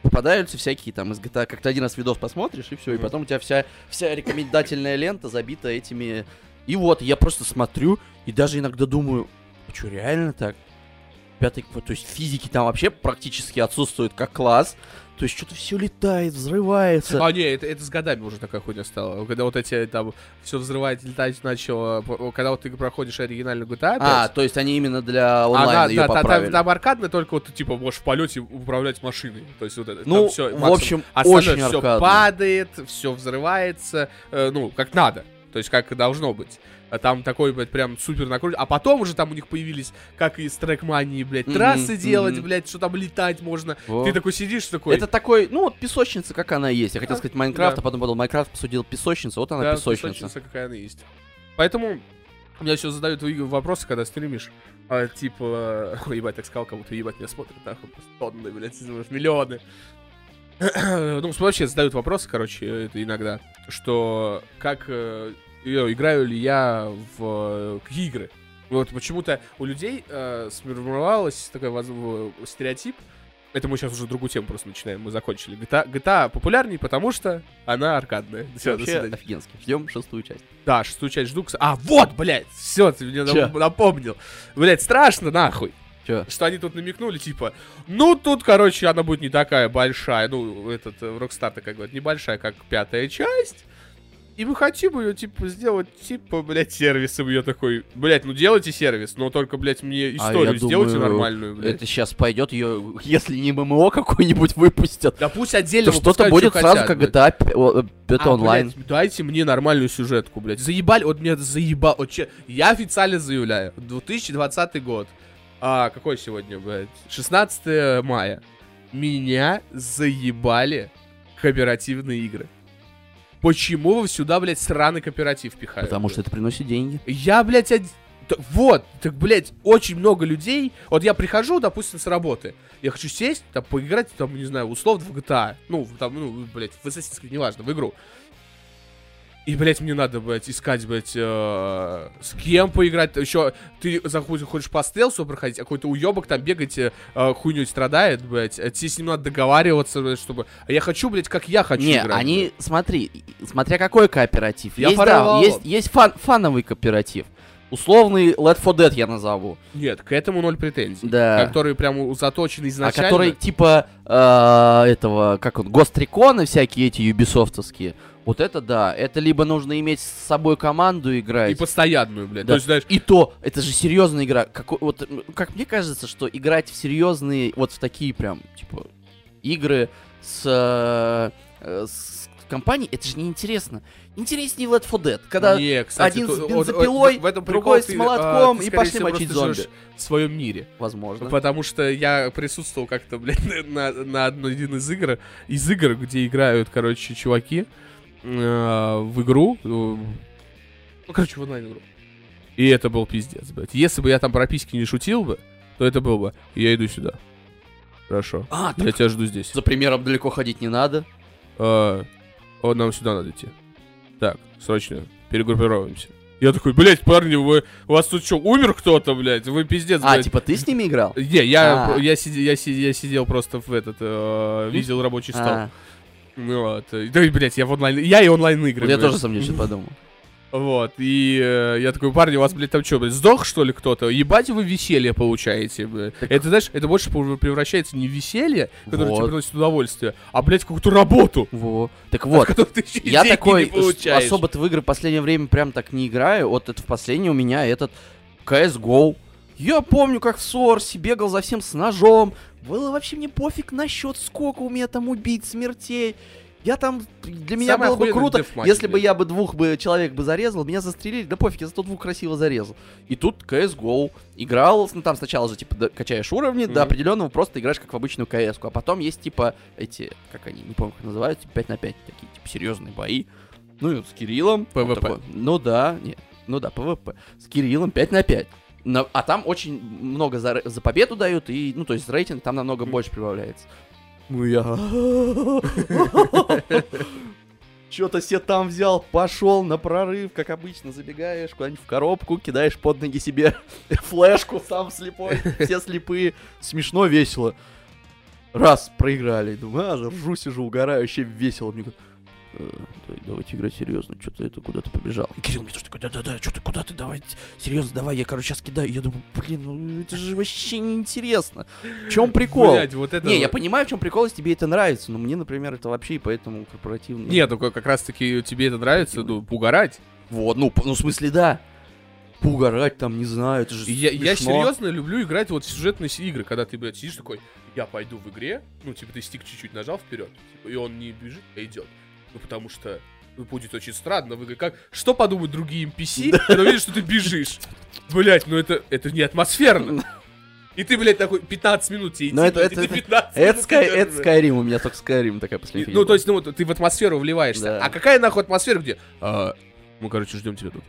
Попадаются всякие там из GTA, как ты один раз видос посмотришь, и все, и Мгм. потом у тебя вся, вся рекомендательная лента забита этими. И вот, я просто смотрю, и даже иногда думаю, что, реально так? Пятый, кв- то есть физики там вообще практически отсутствуют как класс. То есть что-то все летает, взрывается. А, не, это, это с годами уже такая хуйня стала. Когда вот эти там все взрывает, летать начало, п- когда вот ты проходишь оригинальную GTA 5, А, то есть они именно для она- онлайна ее да, та- та- поправили. там, аркадная, только вот ты типа можешь в полете управлять машиной. То есть вот это, Ну, там всё, в максимум. общем, А очень все аркадно. падает, все взрывается, э, ну, как надо. То есть, как и должно быть. А там такой, блядь, прям супер накручен. А потом уже там у них появились, как и с трекмании, блядь, Мгм, трассы делать, мгм. блядь, что там летать можно. Во. Ты такой сидишь, такой... Это такой, ну вот песочница, как она есть. Я хотел Да. сказать Майнкрафт, Да. а потом подумал, Майнкрафт посудил песочницу, вот она Да, песочница. какая она есть. Поэтому у меня еще задают вы- вопросы, когда стримишь. а, типа, ой, ебать, так сказал, как будто ебать меня смотрят, нахуй, просто тонны, блядь, знаешь, миллионы. ну, вообще задают вопросы, короче, это иногда, что как э, э, играю ли я в э, какие игры. Вот почему-то у людей э, сформировалась такой воз- в- стереотип, это мы сейчас уже другую тему просто начинаем, мы закончили. GTA, GTA популярней, потому что она аркадная. Всё, до Вообще свидания. офигенский. Ждем шестую часть. Да, шестую часть жду. кс- А, вот, блядь, все, ты мне Чё? нап- напомнил. Блядь, страшно, нахуй. Чё? Что они тут намекнули, типа, ну, тут, короче, она будет не такая большая, ну, этот, э, Rockstar, как говорят, небольшая, как пятая часть. И мы хотим ее, типа, сделать, типа, блядь, сервисом. Я такой, блядь, ну делайте сервис, но только, блядь, мне историю А, я сделайте думаю, нормальную, блядь. Это сейчас пойдет ее, если не ММО какой-нибудь выпустят, Да пусть отдельно то что-то выпускают, будет чё сразу хотят, как блядь. GTA пи- о, э, это А, онлайн. блядь, дайте мне нормальную сюжетку, блядь. Заебали, вот меня это заебало. Вот че- я официально заявляю, 2020 год. А, какой сегодня, блядь? 16 мая. Меня заебали кооперативные игры. Почему вы сюда, блядь, сраный кооператив пихаете? Потому что это приносит деньги. Я, блядь, од- Т- Вот, так, блядь, очень много людей. Вот я прихожу, допустим, с работы. Я хочу сесть, там, поиграть, там, не знаю, условно в GTA. Ну, в- там, ну, блядь, в Assassin's Creed, неважно, в игру. И, блядь, мне надо, блядь, искать, блядь, э, с кем поиграть. Еще ты заходишь, хочешь по стелсу проходить, а какой-то уебок там бегать, э, э, хуйней страдает, блядь. А тебе с ним надо договариваться, блядь, чтобы... А я хочу, блядь, как я хочу не, играть, они, смотри, и- смотря какой кооператив. Я есть, да, порвал. есть, есть фан, фановый кооператив. Условный Let for Dead я назову. блядь. Нет, к этому ноль претензий. Да. Которые прям заточены А изначально. который типа э, этого, как он, гостриконы всякие эти юбисофтовские. Вот это да. Это либо нужно иметь с собой команду И играть. И, постоянную, блядь. Да. То есть, знаешь, то, это же серьезная игра. Как, вот, м, как мне кажется, что играть в серьезные, вот в такие прям, типа, игры с, э, с компанией, это же неинтересно. Интереснее Left 4 Dead, когда... не, кстати, один с вот- бензопилой, вот в этом другой прикол, с ты, молотком, а, и скорее пошли всего, мочить просто зомби. живешь в своем мире. Возможно. Потому что я присутствовал как-то, блядь, на, на одной один из игр, из игр, где играют, короче, чуваки э, в игру, э, Ну, короче, в онлайн-игру. И это был пиздец, блядь. Если бы я там про письки не шутил бы, то это было бы. Я иду сюда. Хорошо. А, Я тебя жду здесь. За примером далеко ходить не надо. А, «О, нам сюда надо идти. Так, срочно, перегруппировываемся. Я такой, блядь, парни, вы, у вас тут что, умер кто-то, блядь? Вы пиздец, А, блядь». типа ты с ними играл? Не, я, А. я, сиди- я, си- я сидел просто в этот, э, видел рабочий стол. А, Ну Вот. и- Да, и, блядь, я в онлайн, я и онлайн игры. вот Я тоже сам мне сейчас подумал. Вот, и э, я такой, парни, у вас, блядь, там что, блядь, сдох, что ли, кто-то? Ебать вы веселье получаете, блядь. Это, знаешь, это больше пов- превращается не в веселье, которое тебе Вот. приносит удовольствие, а, блядь, какую-то работу. Во. Так вот, Которую ты ещё и я деньги не такой с- получаешь. особо-то в игры в последнее время прям так не играю. Вот это в последнее у меня этот CSGO. Я помню, как в Сорсе бегал за всем с ножом. Было вообще мне пофиг на счет, сколько у меня там убить, смертей. Я там, для меня Самый было бы охуенный круто, дефматч, если бы блядь. я бы двух бы человек бы зарезал, меня застрелили, да пофиг, я зато двух красиво зарезал. И тут CSGO. Играл, ну там сначала же, типа, да- качаешь уровни, до Мгм. определенного просто играешь как в обычную КС, а потом есть, типа, эти, как они, не помню, как называются, 5 на 5, такие, типа, серьезные бои. Ну и вот с Кириллом. он PvP. такой, ну да, нет, ну да, ПВП. С Кириллом 5 на 5. На- а там очень много за, ре- за победу дают, и, ну, то есть рейтинг там намного больше прибавляется. Ну я... Что-то себе там взял, пошел на прорыв, как обычно, забегаешь куда-нибудь в коробку, кидаешь под ноги себе флешку, сам слепой, все слепые, смешно, весело. Раз, проиграли, думаю, а, ржу сижу, угораю, вообще весело. Мне говорят, «Э, да- давайте играть серьезно, что-то это куда-то побежал. И Кирилл мне тоже такой, да-да-да, что ты куда ты, давай, серьезно, давай, я, короче, сейчас кидаю. Я думаю, блин, ну это же вообще неинтересно. В чем прикол? Блядь, вот это... Не, я вот- понимаю, в чем прикол, если тебе это нравится, но мне, например, это вообще и поэтому корпоративно. Нет, ну как как раз таки тебе это нравится, ну, угорать. Вот, ну, п- ну, в смысле, да. Пугорать там, не знаю, это же Я, я смешно. серьезно люблю играть вот в сюжетные с- игры, когда ты, блядь, сидишь такой, я пойду в игре, ну, типа, ты стик чуть-чуть нажал вперед, типа, и он не бежит, а идет. Ну, потому что ну, будет очень странно в игре. Как, что подумают другие NPC, когда видишь, что ты бежишь? Блять, ну это, это не атмосферно. И ты, блядь, такой 15 минут тебе идти, Ну, это- блядь, и это- ты 15 Это, минут Sky- идёшь, это блядь. Skyrim, у меня только Skyrim такая последняя. Ну, фигня то есть, ну, вот ты в атмосферу вливаешься. Да. А какая нахуй атмосфера, где? «А, мы, короче, ждем тебя тут.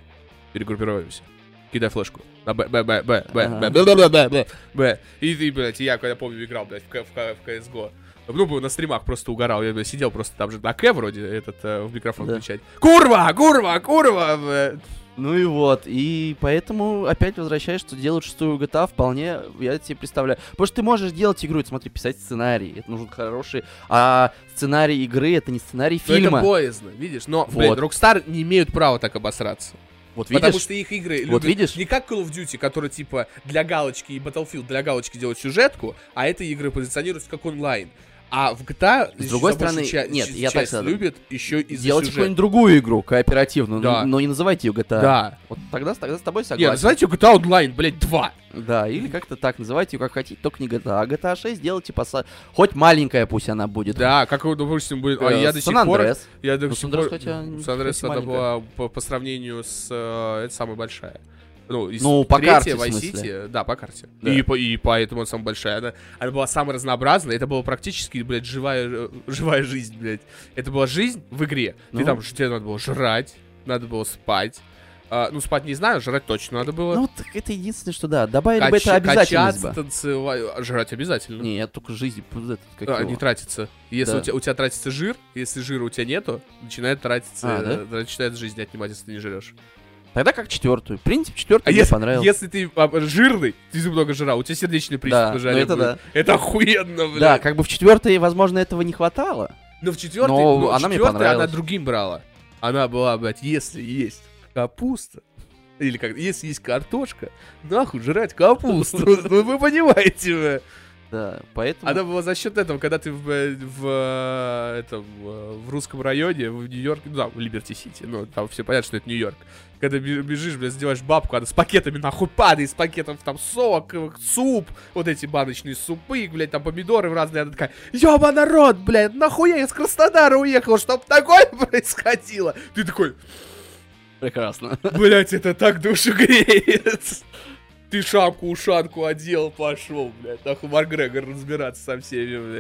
Перегруппируемся. Кидай флешку. А, б, б, б, б, б, б, Ага. б, б, б, б, б. И ты, блядь, я, когда помню, играл, блядь, в, К- в, К- в CSGO. Ну, был на стримах просто угорал. Я блядь, сидел просто там же на К вроде этот э, в микрофон Да. включать. Курва, курва, курва! блядь. Ну и вот, и поэтому опять возвращаясь, что делать шестую GTA вполне, я тебе представляю. Потому что ты можешь делать игру, это, смотри, писать сценарий, это нужен хороший, а сценарий игры это не сценарий Но фильма. Это боязно, видишь? Но, Вот. блядь, Rockstar не имеют права так обосраться. Вот Потому видишь, что их игры Вот любят видишь? не как Call of Duty, который типа для галочки и Battlefield для галочки делают сюжетку, а это игры позиционируются как онлайн. А в GTA С другой ещё стороны, большую ча- нет, ч- я так часть скажу. любят еще и за делать сюжет. какую-нибудь другую игру, кооперативную, Да. но, но не называйте ее GTA. Да. Вот тогда, тогда с тобой Нет, согласен. называйте её GTA онлайн, блядь, 2. Да, или как-то так, называйте ее как хотите, только не GTA. А GTA 6 делайте по... со- Хоть маленькая пусть она будет. Да, как, вот, допустим, будет... А Э, я до сих San пор... Andreas. Я до Ну, сих San Andreas, пор... хотя, Сан кстати, Андреас она маленькая. была по, по сравнению с... э, это самая большая. Ну, из Ну, по третья карте, в Vice смысле. City, да, по карте. Да. И, по- и поэтому она самая большая. Она, она была самая разнообразная. Это была практически, блядь, живая, э, живая жизнь, блядь. Это была жизнь в игре. Ты Ну. там, ж- тебе надо было жрать, надо было спать. А, ну, спать не знаю, жрать точно надо было. Ну, так это единственное, что да, добавили бы Кач- это обязательность качаться, бы. танцевать, а, жрать обязательно. Не, я только жизнь, вот этот, как А, его. не тратится. Если Да. у, тебя, у тебя тратится жир, если жира у тебя нету, начинает тратиться, А, да? э, начинает жизнь отнимать, если ты не жрешь. Тогда как четвертую. Принцип четвертую А мне если, понравился. если ты а, жирный, ты много жрал, у тебя сердечный приступ Да, на ну жаре это будет. да. Это охуенно, блядь. Да, как бы в четвертой, возможно, этого не хватало. Но в четвертой, Но ну, она мне четвёртая понравилась. она другим брала. Она была, блядь, если есть капуста, или как, если есть картошка, нахуй жрать капусту. Ну вы понимаете, бля. Да, поэтому... Она была за счет этого, когда ты в, э, в, э, этом, э, в русском районе, в Нью-Йорке, ну, да, в Либерти-Сити, ну, там все понятно, что это Нью-Йорк. Когда бе- бежишь, блядь, сделаешь бабку, она с пакетами нахуй падает, с пакетов там сок, э, суп, вот эти баночные супы, блядь, там помидоры в разные, она такая, ёба народ, блядь, нахуя я из Краснодара уехал, чтоб такое происходило? Ты такой, Прекрасно. блядь, это так душу греет. Ты шапку-ушанку одел, пошел, блядь, нахуй Маргрегор разбираться со всеми,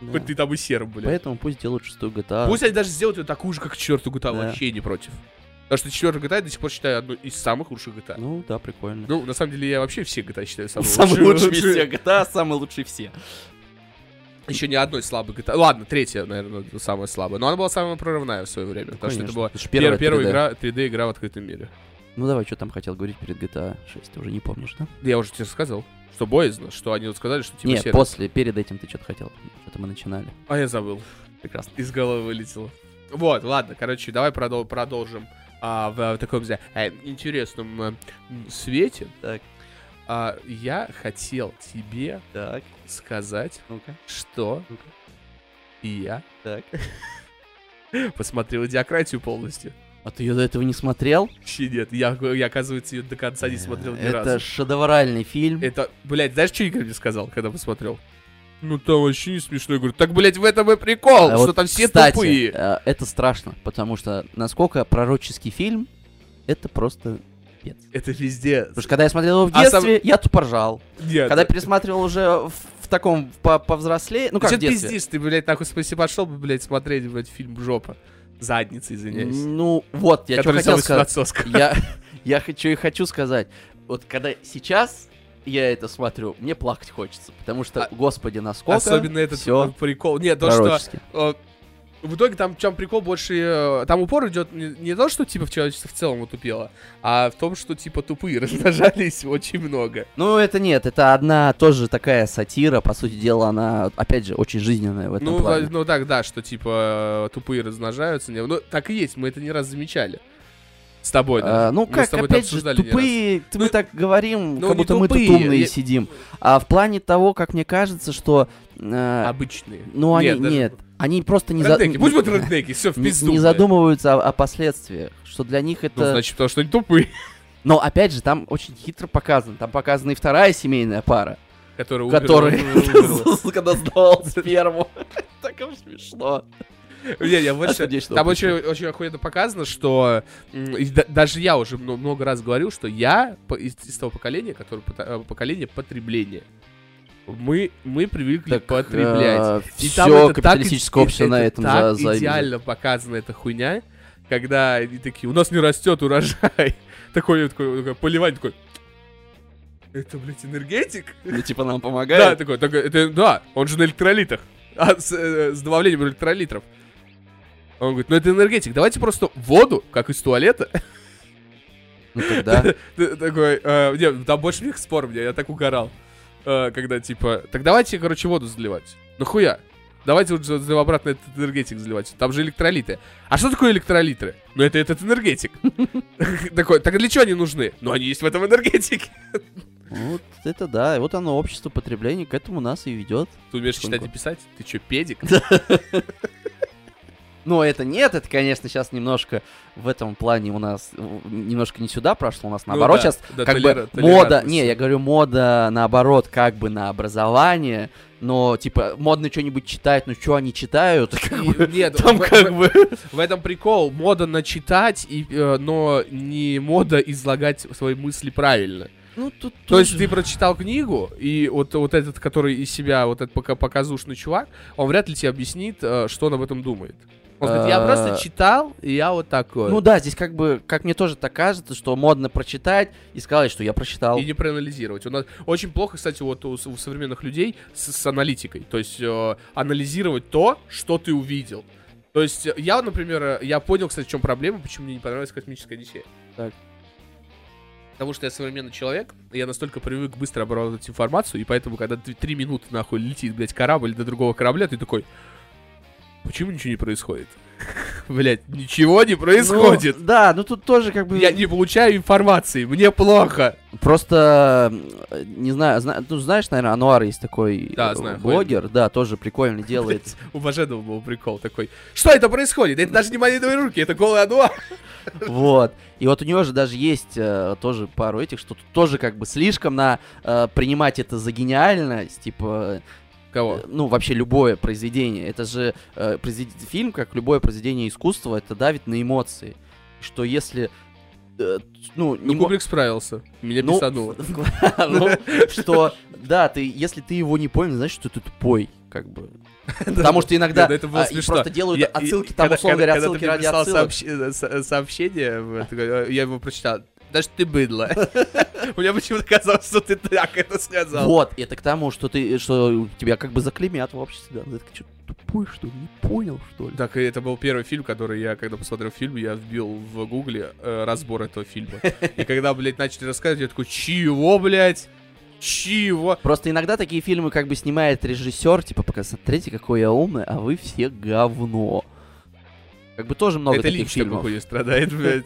блядь. Хоть ты там и серым, блядь. Поэтому пусть делают шестую GTA. Пусть они даже сделают ее такую же, как четвертую GTA, Да. а, вообще не против. Потому что четвертый GTA а я до сих пор считаю одной из самых лучших GTA. Ну да, прикольно. Ну, на самом деле, я вообще все GTA считаю самыми Самый лучший из лучшими. всех GTA, самый лучший все. Еще ни одной слабой GTA. Ладно, третья, наверное, ну, самая слабая. Но она была самая прорывная в свое время. потому что это Конечно. была Это ж первая, первая первая 3D. игра, 3D-игра в открытом мире. Ну давай, что там хотел говорить перед GTA 6, ты уже не помнишь, да? Я уже тебе сказал, что боязно, что они вот сказали, что типа Нет, сервис. после, перед этим ты что-то хотел. Что-то мы начинали. А я забыл. Прекрасно. Из головы вылетело. Вот, ладно, короче, давай продол- продолжим а, в, э, таком, не знаю, э, интересном э, м, свете. Так. А, я хотел тебе Так, сказать, ну-ка, что Ну-ка. я так. посмотрел «Диократию» полностью. А ты ее до этого не смотрел? Вообще нет, я, я оказывается, ее до конца не смотрел ни Э, Это разу. шедевральный фильм. Это, блядь, знаешь, что Игорь мне сказал, когда посмотрел? Ну там вообще не смешно. Я говорю, так, блядь, в этом и прикол, А что вот, там все кстати, тупые. э, Это страшно, потому что насколько пророческий фильм, это просто пец. Это везде. Потому что когда я смотрел его в А сам- детстве, я тупо ржал. Нет. Когда пересматривал уже в, в таком по- повзрослее, ну как Чё в ты детстве. пиздишь? Ты, блядь, нахуй спасибо пошел бы, блядь, смотреть, блядь, фильм «Жопа». Задница, извиняюсь. Ну вот, я что который хотел взял сказать. 18 Оскар. Я, я хочу и хочу сказать. Вот когда сейчас я это смотрю, мне плакать хочется, потому что, А- господи, насколько Особенно этот э, все прикол. Нет, то, что пророчески. Э, В итоге там в чем прикол больше, э, там упор идет не, не то, что типа в человечестве в целом утупело, а в том, что типа тупые размножались очень много. Ну, это нет, это одна тоже такая сатира, по сути дела, она, опять же, очень жизненная в этом Ну, плане. во- ну так, да, что типа э, тупые размножаются. Не, ну так и есть, мы это не раз замечали. С тобой, да. А, ну Мы с как, тобой это опять же, обсуждали не тупые, т- мы Ну, так говорим, ну, не как будто мы тут тупые, умные я- сидим. А в плане того, как мне кажется, что... э, Обычные. ну, они... Нет, А, даже- они просто не... за- Реднеки, пусть будут не- реднеки, все, в не- пизду. не блядь. задумываются о, о последствиях, что для них это... Ну, значит, потому что они тупые, Но, опять же, там очень хитро показано. Там показана и вторая семейная пара, которые умерли, которая... умерли, умерли. Когда сдавалась первому. Так им смешно. Не, я больше... Сердечного Там приступа. очень, очень охуенно показано, что м, и да- даже я уже мно- много раз говорил, что я по- из, из того поколения, которое пота- э, поколение потребления. Мы, мы привыкли потреблять. И Все там это так и- капиталистическое общество это на этом так за- завязано. идеально показана эта хуйня, когда они такие, у нас не растет урожай. Такой, такой, такой поливание, такой, это, блядь, энергетик? Ну, типа, нам Да, помогает. такой, такой, это, да, он же на электролитах. А с, э, с добавлением электролитров. Он говорит, ну это энергетик, давайте просто воду, как из туалета. Ну, тогда... Ты Такой, э, не, там больше них спор мне, я так угорал. Э, Когда типа, так давайте, короче, воду заливать. Нахуя? Давайте вот за- за- обратно этот энергетик заливать. Там же электролиты. А что такое электролитры? Ну это этот энергетик. Такой, так для чего они нужны? Ну они есть в этом энергетике. Вот это да. И вот оно, общество потребления, к этому нас и ведет. Ты умеешь читать и Понял. писать? Ты чё, педик? Но это нет, это, конечно, сейчас немножко в этом плане у нас э, немножко не сюда прошло, у нас наоборот да, сейчас да, как толера- бы мода, толерантность. не, я говорю мода наоборот как бы на образование, но типа модно что-нибудь читать, ну что они читают? Как И- бы, Нет, Там в, как в- бы... в этом прикол. Мода начитать, и, э, но не мода излагать свои мысли правильно. Ну тут То есть тоже- ты прочитал книгу, и вот, вот этот, который из себя, вот этот пока показушный чувак, он вряд ли тебе объяснит, э, что он об этом думает. Он говорит, я А. просто читал, и я вот такой. Ну да, здесь как бы, как мне тоже так кажется, что модно прочитать и сказать, что я прочитал. И не проанализировать. У нас очень плохо, кстати, вот у, с- у современных людей с, с аналитикой. То есть э, анализировать то, что ты увидел. То есть э, я, например, э, я понял, кстати, в чем проблема, почему мне не понравилась космическая Одиссея. Так. Потому что я современный человек, и я настолько привык быстро обрабатывать информацию, и поэтому, когда ты три минуты нахуй летит, блядь, корабль до другого корабля, ты такой, почему ничего не происходит? Блять, ничего не происходит. Ну, да, ну тут тоже как бы... Я не получаю информации, мне плохо. Просто, э, не знаю, зна- ну, знаешь, наверное, Ануар есть такой Да, э, знаю, блогер, да, тоже прикольно делает. Блядь, У Баженова был прикол такой. Что это происходит? Это даже не монетовые руки, это голый ануар. вот. И вот у него же даже есть э, тоже пару этих, что тут тоже как бы слишком на э, принимать это за гениальность, типа, Кого? э, ну, вообще любое произведение. Это же э, произвед- фильм, как любое произведение искусства, это давит на эмоции. Что если э, ну, Ну, мо- Кубрик справился. Меня ну, бесануло. ну, что, да, ты, если ты его не понял, значит, что ты тупой, как бы. Потому что иногда Да, да, это было а, и смешно. просто делают Я- и- отсылки, и там, когда- условно когда- говоря, когда отсылки ты ради написал отсылок. сообщ- э, со- сообщение, вот, э, я его прочитал. Да что ты быдло. У меня почему-то казалось, что ты так это сказал. Вот, это к тому, что ты, что тебя как бы заклемят в обществе, да. Ну, Ты что, тупой, что ли? Не понял, что ли? Так, и это был первый фильм, который я, когда посмотрел фильм, я вбил в гугле э, разбор этого фильма. И когда, блядь, начали рассказывать, я такой, чего, блядь? Чего? Просто иногда такие фильмы как бы снимает режиссер, типа, пока смотрите, какой я умный, а вы все говно. Как бы тоже много это таких Лич такой фильмов. хуйней страдает, блядь.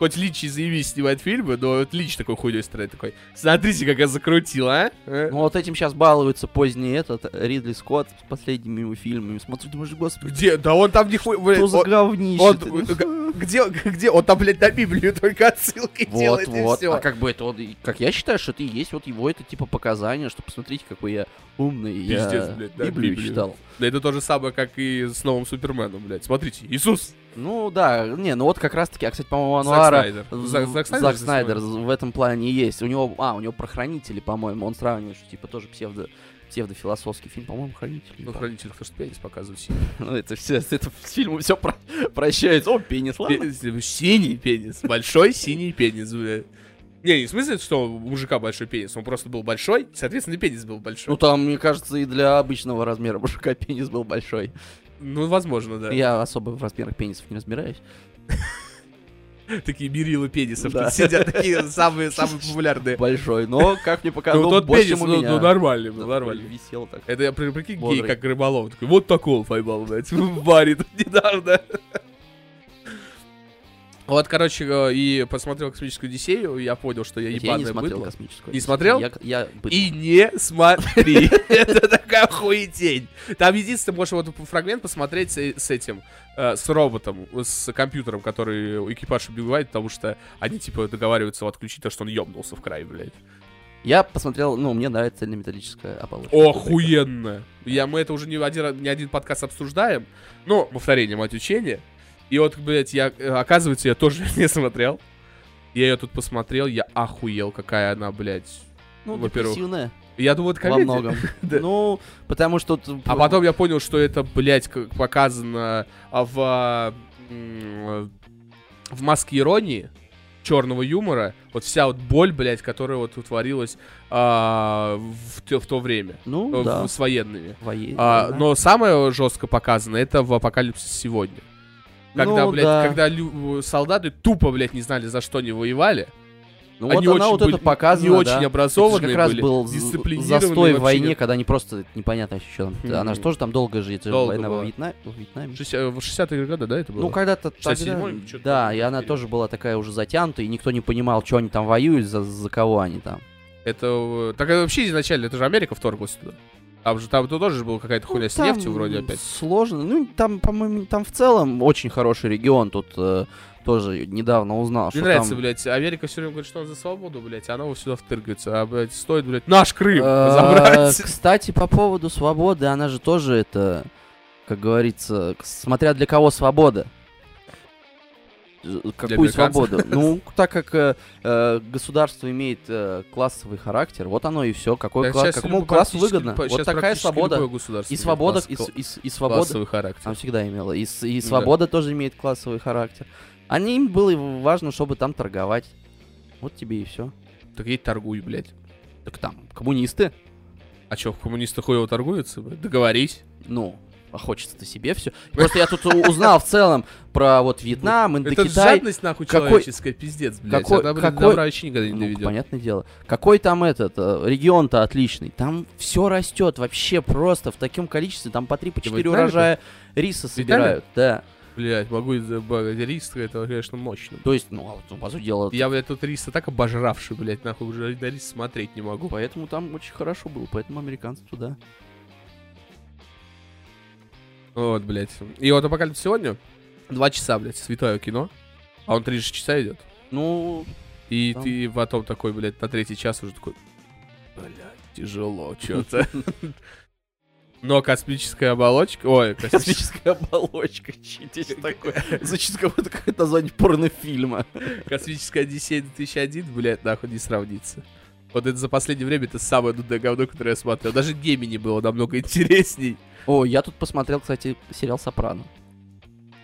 Хоть Лич и заявись снимать фильмы, но вот Лич такой хуйней страдает, такой, смотрите, как я закрутил, а? Э? Ну вот этим сейчас балуется поздний этот Ридли Скотт с последними его фильмами. Смотрю, думаешь, господи, Где? Да он там нихуя... блядь, что за он- говнище? он- э, ты? Где, где? Он там, блядь, на Библию только отсылки Вот, делает и вот. все. А как бы это, он, и- как я считаю, что это и есть вот его это типа показания, что посмотрите, какой я умный. я Пиздец, блядь, да, Библию Библию. читал. Да это то же самое, как и с новым Суперменом, блядь. Смотрите, Иисус! Ну да, не, ну вот как раз таки, а кстати, по-моему, у Зак Ануара. Снайдер. в- Зак- Зак Снайдер же Снайдер в этом плане и есть. У него, а, у него про хранители, по-моему, он сравнивает, что типа тоже псевдо псевдофилософский фильм, по-моему, хранители. Ну, да. хранитель, потому что пенис показывает Ну, это все, это в фильму все прощается. О, пенис, ладно. синий. Синий пенис. Большой синий пенис, блядь. Не, не в смысле, что у мужика большой пенис. Он просто был большой, соответственно, и пенис был большой. Ну там, мне кажется, и для обычного размера мужика пенис был большой. Ну, возможно, да. Я особо в размерах пенисов не разбираюсь. Такие мерилы пенисов Да. тут сидят, такие самые самые популярные. Большой, но, как мне Э, Ну, показалось, тот больше, пенис, чем у ну, меня. ну, нормальный, Да, был, нормальный. Висел так. Это я при- прикинь, гей, Бодрый. как рыболов. Такой, вот такого поймал, блядь, в баре тут недавно. Вот, короче, э, и посмотрел «Космическую Одиссею», я понял, что я Я не ебаное смотрел быдло. космическую. Не Одиссею. смотрел? Я, я быдло. И не смотри. Это такая хуетень. Там единственное, можешь вот фрагмент посмотреть с, с этим, э, с роботом, с компьютером, который экипаж убивает, потому что они, типа, договариваются его отключить, потому что он ёбнулся в край, блядь. Я посмотрел, ну, мне нравится цельнометаллическая оболочка. Охуенно! Я, мы это уже не один, раз- не один подкаст обсуждаем, но повторение мать учения. И вот, блядь, я, э, оказывается, я тоже не смотрел. Я ее тут посмотрел, я охуел, какая она, блядь. Ну, во-первых, депрессивная Я думал, это во комедия. многом. Да. Ну, потому что... т- А потом я понял, что это, блядь, как показано а, в, а, м, в маске иронии черного юмора. Вот вся вот боль, блядь, которая вот утворилась а, в, те- в то время. Ну, э, да. в- с военными. военная, А, да. но самое жестко показано это в апокалипсисе сегодня. Когда, Ну, блядь, да. когда лю- э, солдаты тупо, блядь, не знали, за что они воевали. Ну, они вот она очень вот были- это показана, не очень да. Это образованные же как раз были, был з- дисциплинированные застой в вообще. войне, когда они просто непонятно еще что там. Мгм. Она же тоже там долго же, это же Долго война была. во Вьетна- во Вьетнаме. Шестя- э, В 60-е годы, да, это было? Ну, когда-то тогда, 67-м, чё-то да, такое, и она или- тоже была такая уже затянутая, и никто не понимал, что они там воюют, за, за кого они там. Это... э, Так это вообще изначально, это же Америка вторглась туда. Там же там тоже же была какая-то хуйня с Ну, нефтью там вроде опять. Сложно. Ну, там, по-моему, там в целом очень хороший регион. Тут э, тоже недавно узнал, Мне что нравится, там... блядь, Америка все время говорит, что он за свободу, блядь, а она вот сюда втыргается. А, блядь, стоит, блядь, наш Крым Э, забрать. Кстати, по поводу свободы, она же тоже это, как говорится, к- смотря для кого свобода. Э, Какую американцев? свободу? Ну, так как э, э, государство имеет э, классовый характер, вот оно и все. Какой Так класс, щас какому любо- классу практически выгодно? любо- вот щас такая практически свобода. любое государство И имеет свобода, класс- и, с- и с- и свобода классовый характер. Она всегда имела. И, с- и да. свобода тоже имеет классовый характер. Они им было и важно, чтобы там торговать. Вот тебе и все. Так едь торгуй, блядь. Так там, коммунисты, А чё, коммунисты хуево торгуются? блядь? Договорись. ну, а хочется-то себе все. Просто я тут у- узнал в целом про вот Вьетнам, Это Индокитай. жадность, нахуй, Какой- человеческая, пиздец, блядь. какой- Она, блядь, какой- добра вообще никогда не Ну, доведет. понятное дело. Какой там этот э, регион-то отличный? Там все растет вообще просто в таком количестве. Там по 3 по 4 Вьетнаме-то? урожая риса собирают. Да. Блядь, могу забагать рис, это, конечно, мощно. То есть, ну, а вот, ну, по сути дела, Я, блядь, тут риса так обожравший, блядь, нахуй, уже на рис смотреть не могу. поэтому там очень хорошо было. Поэтому американцы туда. Вот, блядь. И вот «Апокалипсис сегодня» два часа, блядь, святое кино. А он три же часа идет. Ну, И Там. ты потом такой, блядь, на третий час уже такой, блядь, тяжело что-то. Но космическая оболочка... Ой, космическая... Космическая оболочка, читишь такое. Звучит как будто какое-то название порнофильма. Космическая Одиссея 2001, блядь, нахуй не сравнится. Вот это за последнее время это самое нудное говно, которое я смотрел. Даже Гемини было намного интересней. О, я тут посмотрел, кстати, сериал «Сопрано».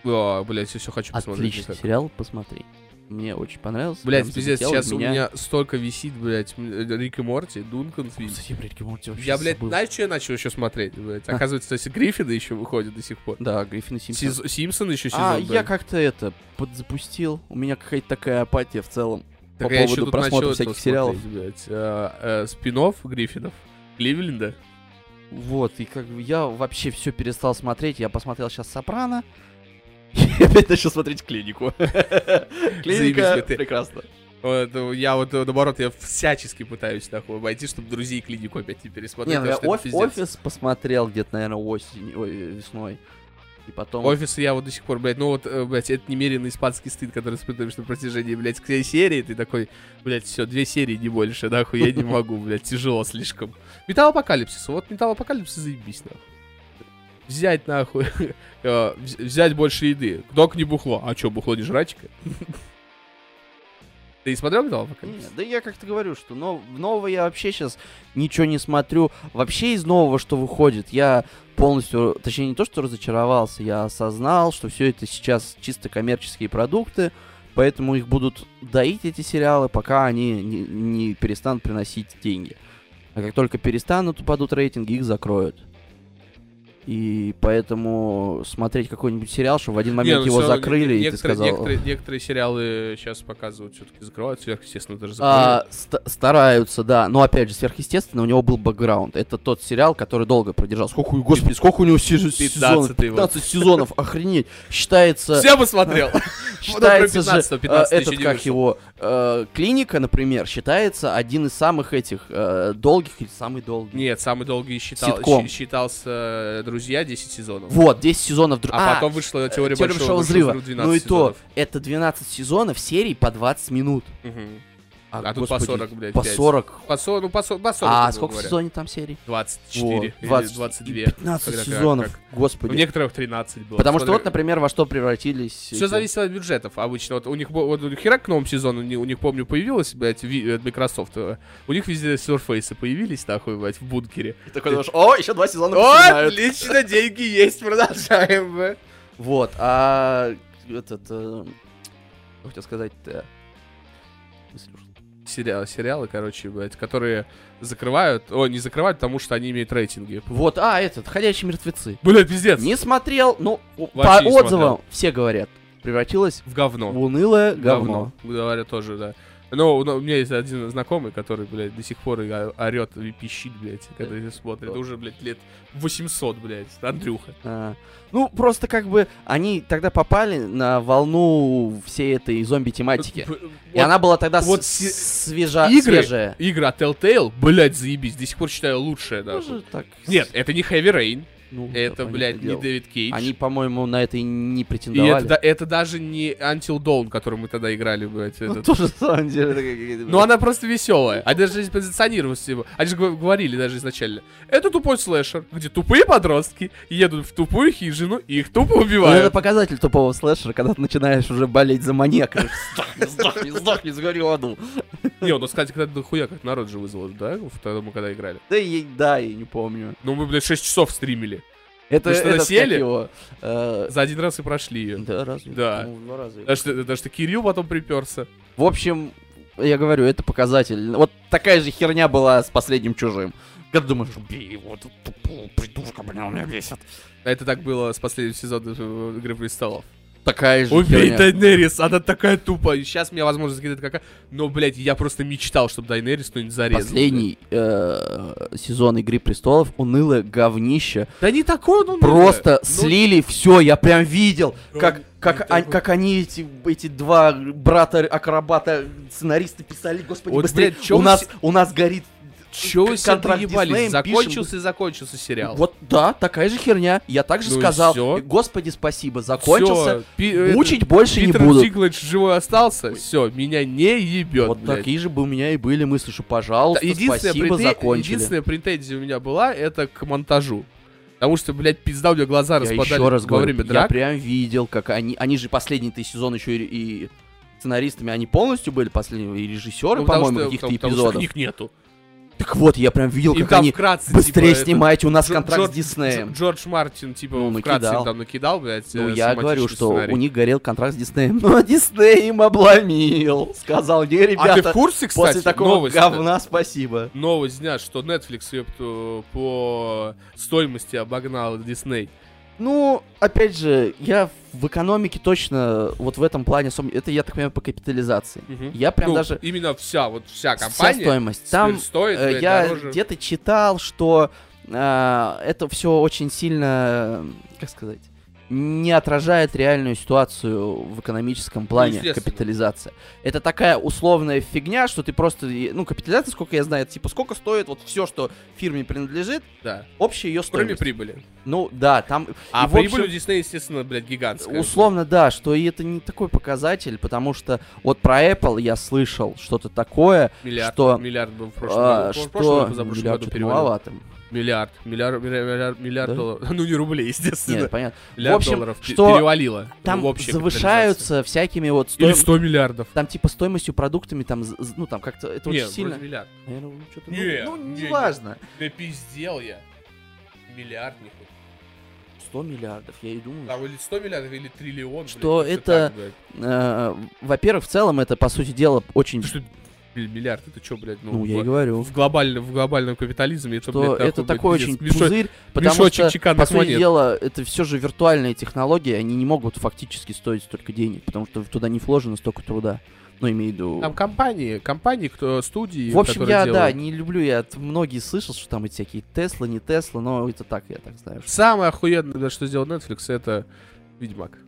О, блядь, я все хочу посмотреть. Отличный сериал, посмотри. Мне очень понравился. Блять, прям пиздец, залетел, сейчас у меня столько висит, блядь, м, э, Рик и Морти, Дункан фильм. Кстати, я про Рик и Морти вообще Я, блядь, забыл. знаешь, что я начал еще смотреть, блядь? А. Оказывается, кстати, Гриффины еще выходит до сих пор. Да, Гриффин и Симпсон. Сиз- Симпсон еще сезон. А, я блядь. как-то это, подзапустил. У меня какая-то такая апатия в целом. Так по я ещё поводу тут просмотра начал всяких это сериалов. смотреть, блядь. А, э, Спин-офф Гриффинов. Кливленда. Вот, и как бы я вообще все перестал смотреть. Я посмотрел сейчас «Сопрано». И опять начал смотреть «Клинику». Заебись, Клиника ты. прекрасно. Вот, э, Я вот, э, наоборот, я всячески пытаюсь нахуй обойти, чтобы друзей и клинику опять не пересмотреть. Не, ну я потому оф- что это пиздец. офис посмотрел где-то, наверное, осенью, ой, весной. И потом... Офисы А я вот до сих пор, блядь, ну вот, э, блядь, это немеренный испанский стыд, который испытываешь на протяжении, блядь, всей серии, ты такой, блядь, все, две серии не больше, нахуй, я не могу, блядь, тяжело слишком. Металлопокалипсис, вот металлопокалипсис заебись, нахуй. Взять, нахуй, э, вз- взять больше еды, док не бухло, а чё, бухло не жрачка? Ты не смотрел Не, металлопокалипсис? да я как-то говорю, что но, нового я вообще сейчас ничего не смотрю. Вообще из нового, что выходит, я полностью, точнее не то, что разочаровался, я осознал, что все это сейчас чисто коммерческие продукты, поэтому их будут доить эти сериалы, пока они не, не перестанут приносить деньги. А как только перестанут, упадут рейтинги, их закроют. И поэтому смотреть какой-нибудь сериал, что в один Не, момент ну его всё равно закрыли, не- и ты некоторые- сказал... Некоторые, некоторые сериалы сейчас показывают, все-таки закрывают, сверхъестественно даже А, закрывают. ст- стараются, да. Но опять же, сверхъестественно, у него был бэкграунд. Это тот сериал, который долго продержался. Сколько, господи, сколько у него се- сезонов? 15-й вот. 15 сезонов, охренеть. Считается, Все посмотрел! считается же, 15-го, 15-го э, еще этот, не как вышел. его, э, клиника, например, считается один из самых этих э, долгих или самый долгий. Нет, самый долгий считал, Ситком. щи- считался э, «Друзья» 10 сезонов. Вот, 10 сезонов. дру- А, потом вышла «Теория, «Теория большого, большого взрыва». взрыва» 12 Ну и то, сезонов. это 12 сезонов серий по 20 минут. Мгм. А, тут по 40, блядь, По пять. 40. По со- ну, по, со- по 40, А грубо сколько в говоря. сезоне там серий? 24 Вот, или 20, 22. и 15 когда как- сезонов, как. господи. В некоторых 13 было. Потому что вот, например, во что превратились... Все эти- зависело от бюджетов обычно. Вот у них бо- вот у хера к новому сезону, не- у них, помню, появилась, блядь, ви- э, Microsoft. э, У них везде сурфейсы появились, нахуй, блядь, в бункере. Такой думаешь, о, еще два сезона О, поснимают». отлично, деньги есть, продолжаем, бля. Вот, а этот... э, Что хотел сказать-то? Мысль ушла. сериалы, сериалы, короче, блядь, которые закрывают, о, не закрывают, потому что они имеют рейтинги. Вот, а, этот, «Ходячие мертвецы». Блядь, пиздец. Не смотрел, ну, по Вообще не отзывам все говорят, превратилось В в говно. унылое говно. Говорят тоже, да. Но у но у меня есть один знакомый, который, блядь, до сих пор и о- орет и пищит, блядь, когда его смотрит. Это уже, блядь, лет 800, блядь, Андрюха. А, ну, просто как бы они тогда попали на волну всей этой зомби-тематики. Б- И вот она была тогда с- вот с- се- свежа, игры- свежая. Игра от Telltale, блядь, заебись, до сих пор считаю лучшее, да. Тоже так. Нет, это не Heavy Rain, Ну, понятное это, блядь, не дело. Дэвид Кейдж. Они, по-моему, на это и не И это, претендовали. да- это даже не Until Dawn, который мы тогда играли, блядь. Ну, этот. тоже, на самом деле, это какие-то, Но Ну, она просто веселая. Они даже не позиционировались его. Они же гов- говорили даже изначально. Это тупой слэшер, где тупые подростки едут в тупую хижину и их Ну, тупо это убивают. показатель тупого слэшера, когда ты начинаешь уже болеть за маньяка. Сдохни, сдохни, сдохни, сгори в аду. Не, ну, кстати, когда дохуя как народ же вызвал, да, в тогда мы когда играли. Да и да, и не помню. Ну, мы, блядь, 6 часов стримили. Это Вы что, этот, как сели? его, э, За один раз и прошли ее. Да, разве? Да. По-моему, в два раза. Потому что, потому что Кирилл потом приперся. В общем, я говорю, это показатель. Вот такая же херня была с последним чужим. Когда думаешь, убей его, тут тупого придурка, блин, он меня бесит. А это так было с последнего сезона э, Игры престолов. Такая же Убей херня. Дайнерис, она такая тупая. Сейчас меня возможность кидать какая. Но, блядь, я просто мечтал, чтобы Дайнерис кто-нибудь зарезал. Последний э, сезон Игры престолов унылое говнище. Да не такой он унылый. Просто Ну, слили все, я прям видел, Да, как, как, это они- вот- как они, эти, эти два брата-акробата, сценариста писали, господи, Вот, быстрее, блядь, чё у вы нас, все- у нас горит Чего вы к- все контракт доебались? Диснеем, пишем. Закончился и закончился сериал. Вот да, такая же херня. Я также Ну и сказал, всё. господи, спасибо, закончился. Всё, Пи- э, Мучить больше Питер не буду. Тиглэдж живой остался, все, меня не ебет, Вот такие же бы у меня и были мысли, что пожалуйста, спасибо, закончили. единственная претензия у меня была, это к монтажу. Потому что, блядь, пизда у меня глаза Я распадались еще раз во говорю, время я драк. прям видел, как они, они же последний ты сезон еще и, и сценаристами, они полностью были последними, и режиссеры, Ну, потому по-моему, что- каких-то потому- потому что эпизодов. книг нету. Так вот, я прям видел, Им как там они вкратце, быстрее типа, снимайте, у нас Джо- контракт Джо- с Диснеем. Дж- Джордж Мартин, типа, Ну, вкратце накидал. им там накидал, блядь, Ну, э, я говорю, схематичный что сценарий. у них горел контракт с Диснеем. Но Дисней им обломил. Сказал, не, А ты ребята, в курсе, кстати, после такого новость? говна спасибо. Новость дня, что Netflix, ёпту, по стоимости обогнал Disney. Ну, опять же, я в экономике точно вот в этом плане, особенно- это я так понимаю по капитализации. Я прям Ну, даже Именно вся, вот вся вся компания. стоимость. Там теперь стоит, Э, блядь, я дороже. где-то читал, что а, это все очень сильно, м, как сказать, не отражает реальную ситуацию в экономическом плане естественно. капитализация. Это такая условная фигня, что ты просто, и- ну, капитализация, сколько я знаю, это, типа сколько стоит вот все, что фирме принадлежит, Да. общая ее Кроме стоимость. прибыли. Ну, да, там А И, в прибыль общем, у Disney, естественно, блядь, гигантская. Условно, да, что и это не такой показатель, потому что вот про Apple я слышал что-то такое, Миллиард, что- миллиард был в прошлом а, году. В что прошлом году, позапрошлом миллиард году чё-то перевалил. маловато. Миллиард. Миллиард, миллиард, миллиард Да? долларов. Ну, не рублей, естественно. Нет, понятно. Миллиард общем, долларов пе- что перевалило. Там в общей завышаются всякими вот капитализации. Или стоимостями. 100 миллиардов. Там типа стоимостью продуктами, там, з- з- ну там как-то это Не, очень сильно. вроде миллиард. Наверное, ну, что-то, ну, Не, ну, не, не. неважно. Да пиздел я. Миллиард не хоть. 100 миллиардов, я и думаю. Там или 100 миллиардов, или триллион. Что блядь, это- как-то так, блядь. Э, Во-первых, в целом это, по сути дела, очень... Ты что, блин, миллиард, это что, блядь? Ну, Ну, я и в- говорю. в, глобальном, в глобальном капитализме это, что блядь, это такой блядь, очень пиздец. Мешо- пузырь, потому мешочек что, по чеканных сути монет. дела, это все же виртуальные технологии, они не могут фактически стоить столько денег, потому что туда не вложено столько труда. Ну, имею в виду... Там компании, компании, кто студии, в общем, которые я, да, делают. не люблю, я от многие слышал, что там эти всякие Тесла, не Тесла, но это так, я так знаю. что- Самое охуенное, блядь, что сделал Netflix, это Ведьмак.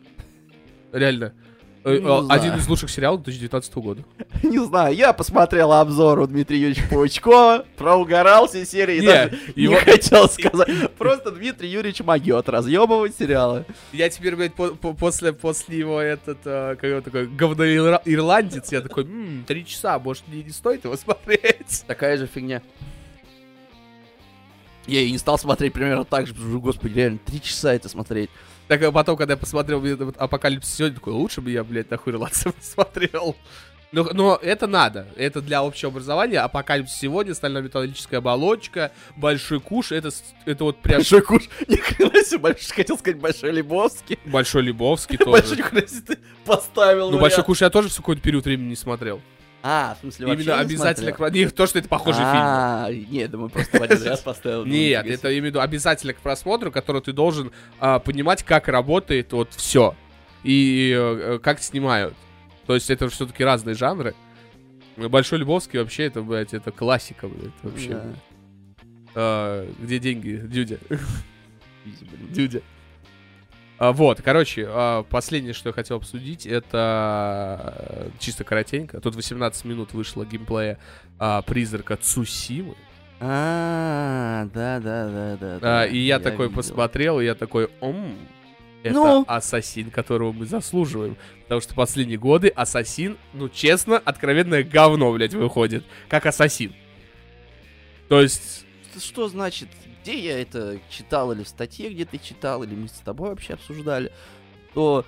Реально. Ну, Э, э, не Один знаю. из лучших сериалов 2019 года. Не знаю, я посмотрел обзор у Дмитрия Юрьевича Паучкова, проугорал все серии, Не, даже его- не хотел сказать. Просто Дмитрий Юрьевич могет разъебывать сериалы. Я теперь, блядь, по- по- после, после его этот, э, как его такой, говноирландец, я такой, «М, три часа, может, мне не стоит его смотреть? Такая же фигня. Я и не стал смотреть примерно так же, потому что, господи, реально, три часа это смотреть. Так а потом, когда я посмотрел блин, этот «Апокалипсис сегодня», такой, лучше бы я, блядь, нахуй ирландца посмотрел. Но, но это надо. Это для общего образования. Апокалипсис сегодня, стальнометаллическая оболочка, большой куш. Это, с- это вот прям Большой куш. Ни хрена себе, большой, хотел сказать, Большой Лебовский. большой Лебовский Большой, ни тоже. хрена себе, ты поставил Ну, вариант. большой куш я тоже в какой-то период времени не смотрел. А, в смысле, вообще Именно не обязательно... смотрел? к- Не, то, что это похожий фильм. а, нет, думаю, просто в один раз поставил. думаю, Нет, нифига это я имею в виду обязательно к просмотру, который ты должен а, понимать, как работает вот все и э, как снимают. То есть это все-таки разные жанры. Большой Львовский вообще это, блядь, это классика, блядь, вообще. себе. Да, блядь. А, где деньги, дюдя? видимо, блин. Дюдя. А, вот, короче, а, последнее, что я хотел обсудить, это э, чисто коротенько. Тут 18 минут вышло геймплея а, Призрака Цусимы. А, да, да, да, да. А, да, и я, такой видел. посмотрел, и я такой, ом, это Ну? ассасин, которого мы заслуживаем. Потому что последние годы ассасин, ну честно, откровенное говно, блядь, выходит. Как ассасин. То есть, Что- Что значит, где я это читал, или в статье где ты читал, или мы с тобой вообще обсуждали, то,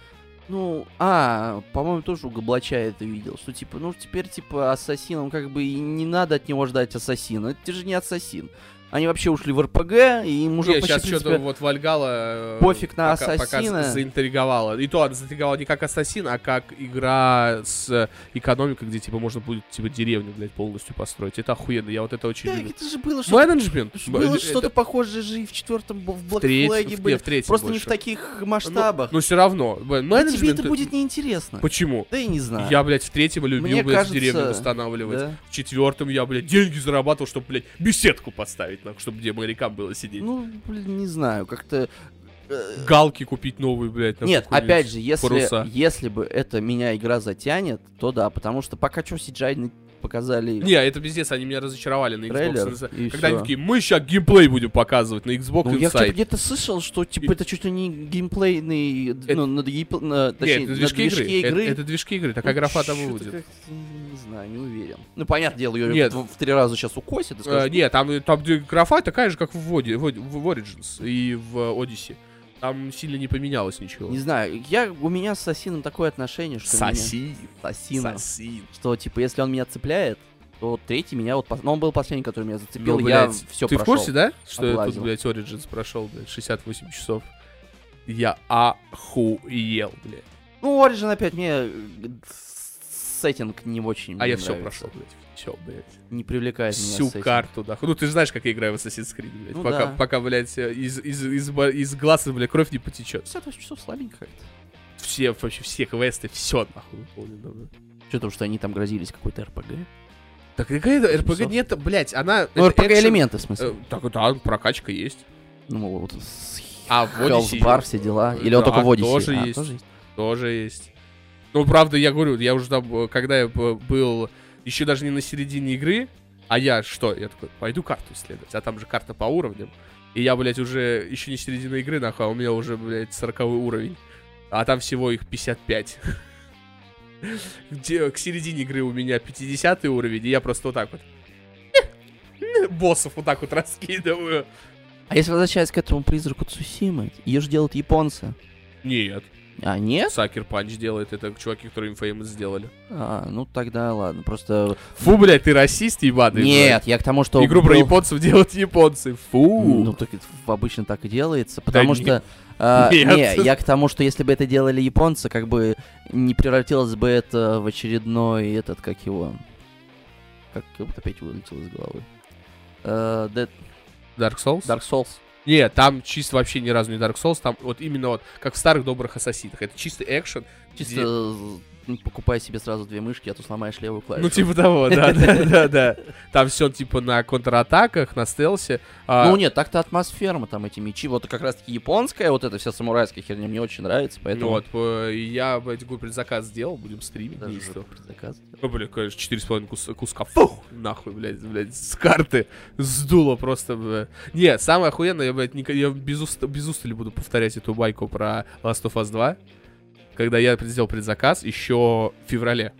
ну, а, по-моему, тоже у Гоблача это видел, что типа, ну, теперь, типа, ассасином как бы и не надо от него ждать ассасина, это же не ассасин. Они вообще ушли в РПГ, и им уже почти, сейчас в что-то принципе, вот Вальгала... э, пофиг на пока- пока ассасина. за- заинтриговала. И то она заинтриговала не как ассасин, а как игра с э, экономикой, где, типа, можно будет, типа, деревню, блядь, полностью построить. Это охуенно, я вот это очень Да, люблю. это же было что-то... Менеджмент. Было Это- что-то похожее же и в четвертом, б- в в Black третьем- Flag'е в- были. не, в третьем Просто не больше. в таких Ну, масштабах. Ну, все равно. Б- Да тебе Менеджмент... это будет неинтересно. Почему? Да и не знаю. Я, блядь, в третьем любил, Мне блядь, кажется, деревню восстанавливать. Да. В четвертом я, блядь, деньги зарабатывал, чтобы, блядь, беседку поставить, нахуй, чтобы где морякам было сидеть. Ну, блин, не знаю, как-то... э, Галки купить новые, блядь. нахуй, Нет, хуйню. опять же, паруса. если, если бы это меня игра затянет, то да, потому что пока что CGI не показали... Не, это пиздец, они меня разочаровали на Xbox. Трейлер, Insider. и Когда они всё. такие, мы сейчас геймплей будем показывать на Xbox Ну, я Inside». типа, где-то слышал, что И- типа это чуть ли не геймплейный, Это- ну, на, гейп- на- Нет, точнее, это на движки игры. движке Это, игры. это движки игры, Ну, такая графа там чё-то выйдет. как-то, Не знаю, не уверен. Ну, понятное дело, ее Нет. в, в три раза сейчас укосит и Э, скажет, не, там, там где графа такая же, как в, Воде- в, Од- в Origins и в э, Odyssey. Там сильно не поменялось ничего. не знаю, я, у меня с Сосином такое отношение, что меня- Сосина. Сосин. Что, типа, если он меня цепляет, то третий меня вот... пос- Ну, он был последний, который меня зацепил, Ну, я блядь, все Ты прошел. в курсе, да? Что я тут, Облазил. блядь, Origins прошел, блядь, 68 часов. Я охуел, блядь. Ну, Origin опять мне э, с- сеттинг не очень А мне я все нравится. прошел, блядь. Все, блядь. Не привлекает меня Всю сеттинг. карту, да. Ну, ты же знаешь, как я играю в Assassin's Creed, блядь. Ну пока, да. пока, блядь, э, из, из, из, ба- из глаз, блядь, кровь не потечет. 58 часов слабенько как-то. Все, вообще, все квесты, все нахуй выполнено, блядь. Что то, что они там грозились какой-то РПГ? Так какая это РПГ? Ubisoft? Нет, блядь, она... Ну, это экшен- РПГ-элементы, в смысле. Э, Так, да, прокачка есть. Ну, вот с А в Odyssey Бар, все дела. Или он Да, только в Odyssey? тоже А, есть. тоже есть. Ну, правда, я говорю, я уже там, э, когда я б- был еще даже не на середине игры, а я что? Я такой, пойду карту исследовать. А там же карта по уровням. И я, блядь, уже еще не середина игры, нахуй, а у меня уже, блядь, 40 уровень. А там всего их 55. Где, к середине игры у меня 50 уровень, и я просто вот так вот боссов вот так вот раскидываю. А если возвращаясь к этому призраку Цусимы, ее же делают японцы. Нет, А, нет? Сакер Панч делает, это чуваки, которые Infamous сделали. А, ну тогда ладно, просто... Фу, блядь, ты расист, ебаный. блядь. Нет, я к тому, что... Игру про был- японцев делают японцы. Фу. Ну, так это обычно так и делается, потому не- что... а, нет. не, я к тому, что если бы это делали японцы, как бы не превратилось бы это в очередной этот, как его... Как вот опять вылетел из головы. Э, Dead- Dark Souls? Dark Souls. Нет, там чисто вообще ни разу не Dark Souls, там вот именно вот как в старых добрых ассасинах. Это чисто экшен. Ну, Чисто где- э, ну, покупай себе сразу две мышки, а то сломаешь левую клавишу. Ну, типа того, да, да, да, да. Там все типа на контратаках, на стелсе. А, Ну нет, так-то атмосфера, там эти мечи, вот как раз-таки японская, вот эта вся самурайская херня мне очень нравится, поэтому... вот, э, я, блядь, говорю, предзаказ сделал, будем стримить. Даже если что. предзаказ. Ну, блин, конечно, 4,5 куска, куска. Фух, нахуй, блядь, блядь, с карты сдуло просто, блядь. Не, самое охуенное, я, блядь, ника- я без, уст- без устали буду повторять эту байку про Last of Us 2, когда я сделал предзаказ еще в феврале.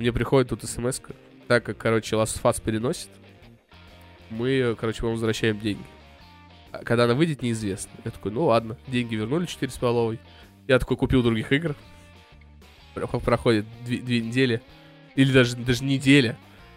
Мне приходит тут смс так как, короче, Last of Us переносит, мы, короче, вам возвращаем деньги. А Когда она выйдет, неизвестно. Я такой, ну ладно, деньги вернули 4 с половой. Я такой купил других игр. Про- Проходит две, две недели. Или даже, даже неделя.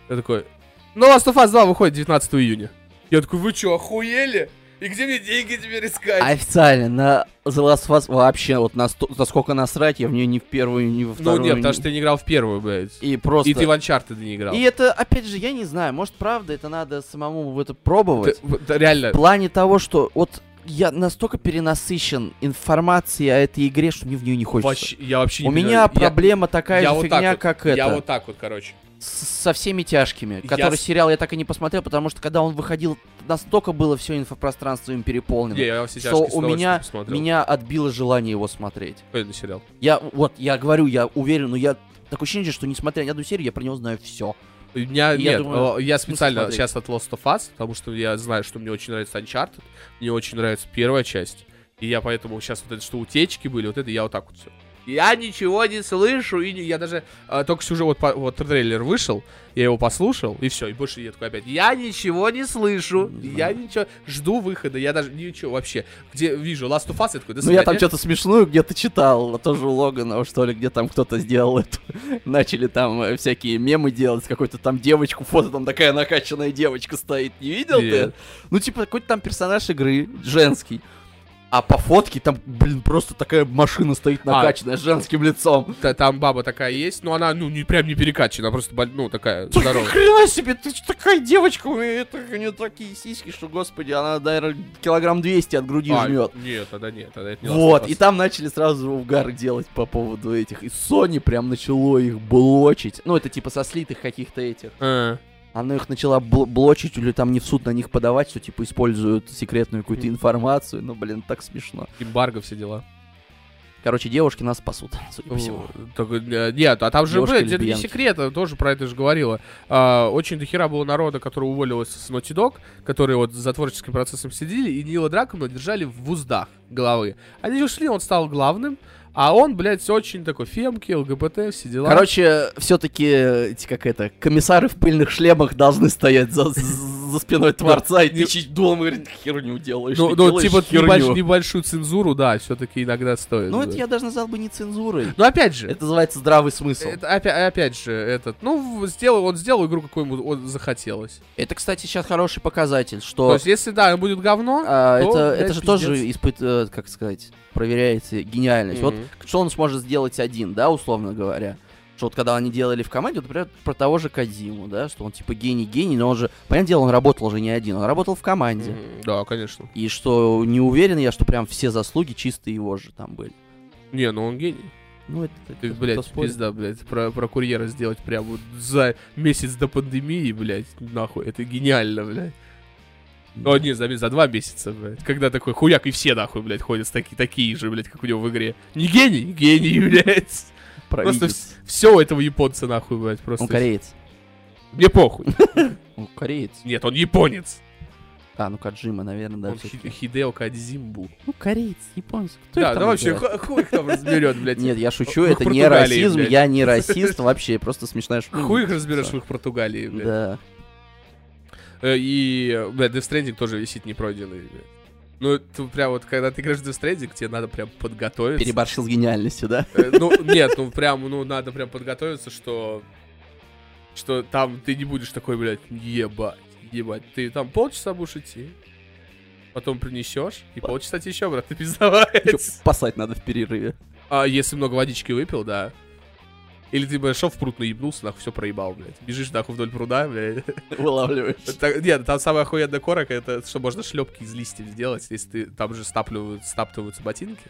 Я такой, ну Last of Us 2 выходит 19 июня. Я такой, вы чё, охуели? И где мне деньги теперь искать? А Ну, Официально, на The Last of Us вообще, вот насто- насколько насрать, я в нее ни в первую, ни во вторую. ну нет, потому ни- что ты не играл в первую, блядь. И просто... И ты в Uncharted не играл. И это, опять же, я не знаю, может, правда, это надо самому в это пробовать. Ты- вот, да, реально, В плане того, что вот я настолько перенасыщен информацией о этой игре, что мне в нее не хочется. вообще- я вообще не У понимаю. меня Я- проблема такая я же вот так фигня, вот, как это. Я вот так вот, короче. с- со всеми тяжкими, Я который с- сериал я так и не посмотрел, потому что когда он выходил, настолько было все инфопространство им переполнено, Не, я во все что тяжкие с у меня удовольствием посмотрел. меня отбило желание его смотреть. Прикольный сериал. Я вот, я говорю, я уверен, но я такое ощущение, что несмотря ни одну серию, я про него знаю все. У меня Я нет, думаю, э, я смысл специально смотреть. сейчас от Lost of Us, потому что я знаю, что мне очень нравится Uncharted, мне очень нравится первая часть. И я поэтому сейчас вот это, что утечки были, вот это я вот так вот все. Я ничего не слышу, и не- я даже э, только сюжет, вот, по- вот трейлер вышел, я его послушал, и все, и больше я такой опять, я ничего не слышу, Ну, Не я знаю. ничего, жду выхода, я даже ничего вообще, где вижу Last of Us, я такой, да ну я там что-то смешную где-то читал, а тоже у Логана, что ли, где там кто-то сделал это. Начали там э, всякие мемы делать, какую-то там девочку, фото там такая накачанная девочка стоит, не видел ты? Нет. это? Ну типа какой-то там персонаж игры, женский. А по фотке там, блин, просто такая машина стоит накачанная с женским лицом. Та- Там баба такая есть, но она, ну, не, прям не перекачана, она просто, боль- ну, такая Ты ни здоровая. хрена себе, ты ж такая девочка, у нее так- у нее такие сиськи, что, господи, она, наверное, килограмм 200 от груди А, жмет. Нет, тогда нет, тогда это не Вот, Last of и Us. там начали сразу угар делать по поводу этих. И Sony прям начало их блочить. Ну, это типа со слитых каких-то этих. А. Она их начала бл- блочить или там не в суд на них подавать, что типа используют секретную какую-то информацию. Ну, блин, так смешно. Эмбарго все дела. Короче, девушки нас спасут, судя по всему. Так, э, нет, а там же, Девушки блядь, это не лесбиянки. секрет, я тоже про это же говорила. А, очень дохера было народа, который уволилось с Naughty Dog, которые вот за творческим процессом сидели, и Нила Дракона держали в вуздах. главы. Они ушли, он стал главным, а он, блядь, очень такой фемки, ЛГБТ, все дела. Короче, все-таки эти, как это, комиссары в пыльных шлемах должны стоять за, за спиной Творца и тычить дом, и говорит, херню делаешь, ну, ты ну, делаешь типа херню». небольш- небольшую цензуру, да, все-таки иногда стоит. Ну, это да. я даже назвал бы не цензурой. Но опять же, Это называется здравый смысл. это опя- опять же, этот, ну, в- сделал, он сделал игру, какой ему он захотелось. Это, кстати, сейчас хороший показатель, То что есть, если да, будет говно, а, то, это, блядь, это же пиздец. тоже испыт, э, как сказать, проверяется гениальность. Вот Мгм. что он сможет сделать один, да, условно говоря. Что вот когда они делали в команде, вот, например, про того же Кадиму, да, что он типа гений-гений, но он же, понятное дело, он работал уже не один, он работал в команде. Мгм. да, конечно. И что не уверен я, что прям все заслуги чисто его же там были. Не, ну он гений. Ну, это, Ты, это- блядь, кто спорит? пизда, блядь, про, про курьера сделать прям вот за месяц до пандемии, блядь, нахуй, это гениально, блядь. Ну, не, за, за два месяца, блядь. Когда такой хуяк, и все нахуй, блядь, ходят, с таки, такие же, блядь, как у него в игре. Не гений, гений, блядь. Провидец. Просто все у этого японца, нахуй, блядь, просто. Он кореец. Мне похуй. Он кореец. Нет, он японец. А, ну Каджима, наверное, да. он всё-таки. Хи- Хидео Кадзимбу. Ну, кореец, японец. Кто их Да, там да вообще, разбирает? ху- хуй их там разберет, блядь. Нет, я шучу, в их это не Португалии, расизм, блядь. я не расист, вообще просто смешная шутка. Хуй их разберешь в их Португалии, блядь. Да. Э, И, э, бля, Death Stranding тоже висит непройденный. бля. Ну, ты прям вот, когда ты играешь в Death Stranding, тебе надо прям подготовиться. Переборщил с гениальностью, да? Э, Ну, нет, ну прям, ну, надо прям подготовиться, что... Что там ты не будешь такой, блядь, ебать, ебать. Ты там полчаса будешь идти, потом принесешь, и полчаса тебе еще, брат, ты Ещё пиздовать. Спасать надо в перерыве. А если много водички выпил, да. Или ты, блядь, шел в пруд наебнулся, нахуй все проебал, блядь. Бежишь, нахуй, вдоль пруда, блядь. Вылавливаешь. Так, нет, там самая охуенная корок, это что можно шлепки из листьев сделать, если ты там же стапливают, стаптываются ботинки.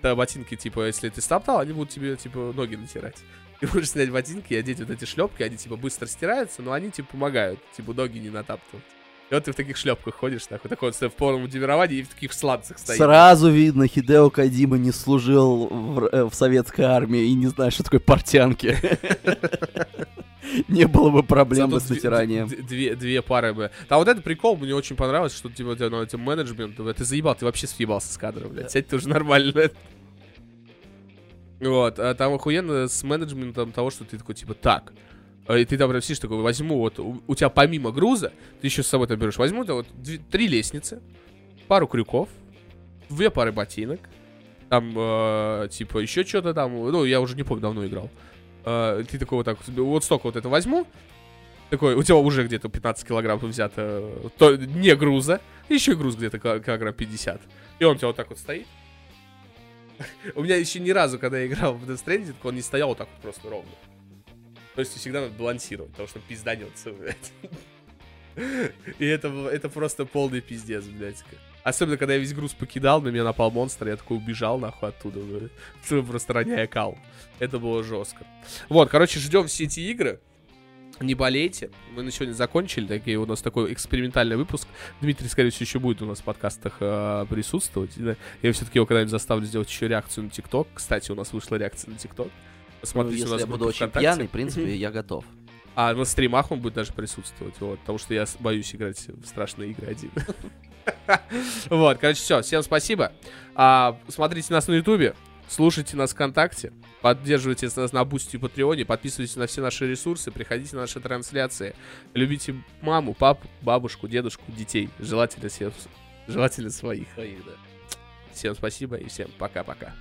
Да, ботинки, типа, если ты стаптал, они будут тебе, типа, ноги натирать. Ты можешь снять ботинки и одеть вот эти шлепки, они, типа, быстро стираются, но они, типа, помогают, типа, ноги не натаптывают. И вот ты в таких шлепках ходишь, такой, такой вот в полном удивировании и в таких сланцах стоишь. Сразу видно, Хидео Кадима не служил в, р- э, в советской армии и не знает, что такое портянки. Не было бы проблем бы Зато с две- натиранием. д- Две, две пары бы. А вот этот прикол мне очень понравился, что типа тебя, ну, этим менеджмент, бля, ты заебал, ты вообще съебался с кадра, блядь. Сядь ты уже нормально. Вот, а там охуенно с менеджментом того, что ты такой, типа, так. А, И ты там прям сидишь такой, возьму, вот у, у тебя помимо груза, ты еще с собой там берешь, возьму там вот две- три лестницы, пару крюков, две пары ботинок, там, э, типа, еще что-то там, ну, я уже не помню, давно играл. Э, ты такой вот так, вот столько вот это возьму, такой, у тебя уже где-то 15 килограмм взято то, не груза, еще груз где-то кил- килограмм 50. И он у тебя вот так вот стоит. У меня еще ни разу, когда я играл в Death Stranding, он не стоял вот так вот просто ровно. То есть всегда надо балансировать, потому что пизданется, блядь. И это, было- это просто полный пиздец, блядь. Особенно, когда я весь груз покидал, на меня напал монстр, я такой убежал нахуй оттуда, блядь. Просто роняя кал. Это было жестко. Вот, короче, ждем все эти игры. Не болейте. Мы на сегодня закончили. Такие у нас такой экспериментальный выпуск. Дмитрий, скорее всего, еще будет у нас в подкастах э, присутствовать. И, да, Я все-таки его когда-нибудь заставлю сделать еще реакцию на ТикТок. Кстати, у нас вышла реакция на ТикТок. Ну, Посмотрите, у Если нас я группа буду очень ВКонтакте. пьяный, в принципе, я готов. А на стримах он будет даже присутствовать, вот, потому что я с- боюсь играть в страшные игры один. Вот, короче, все, всем спасибо. А, Смотрите нас на Ютубе, слушайте нас ВКонтакте, поддерживайте нас на Бусти и Патреоне, подписывайтесь на все наши ресурсы, приходите на наши трансляции, любите маму, папу, бабушку, дедушку, детей, желательно всех, желательно своих. Всем спасибо и всем пока-пока.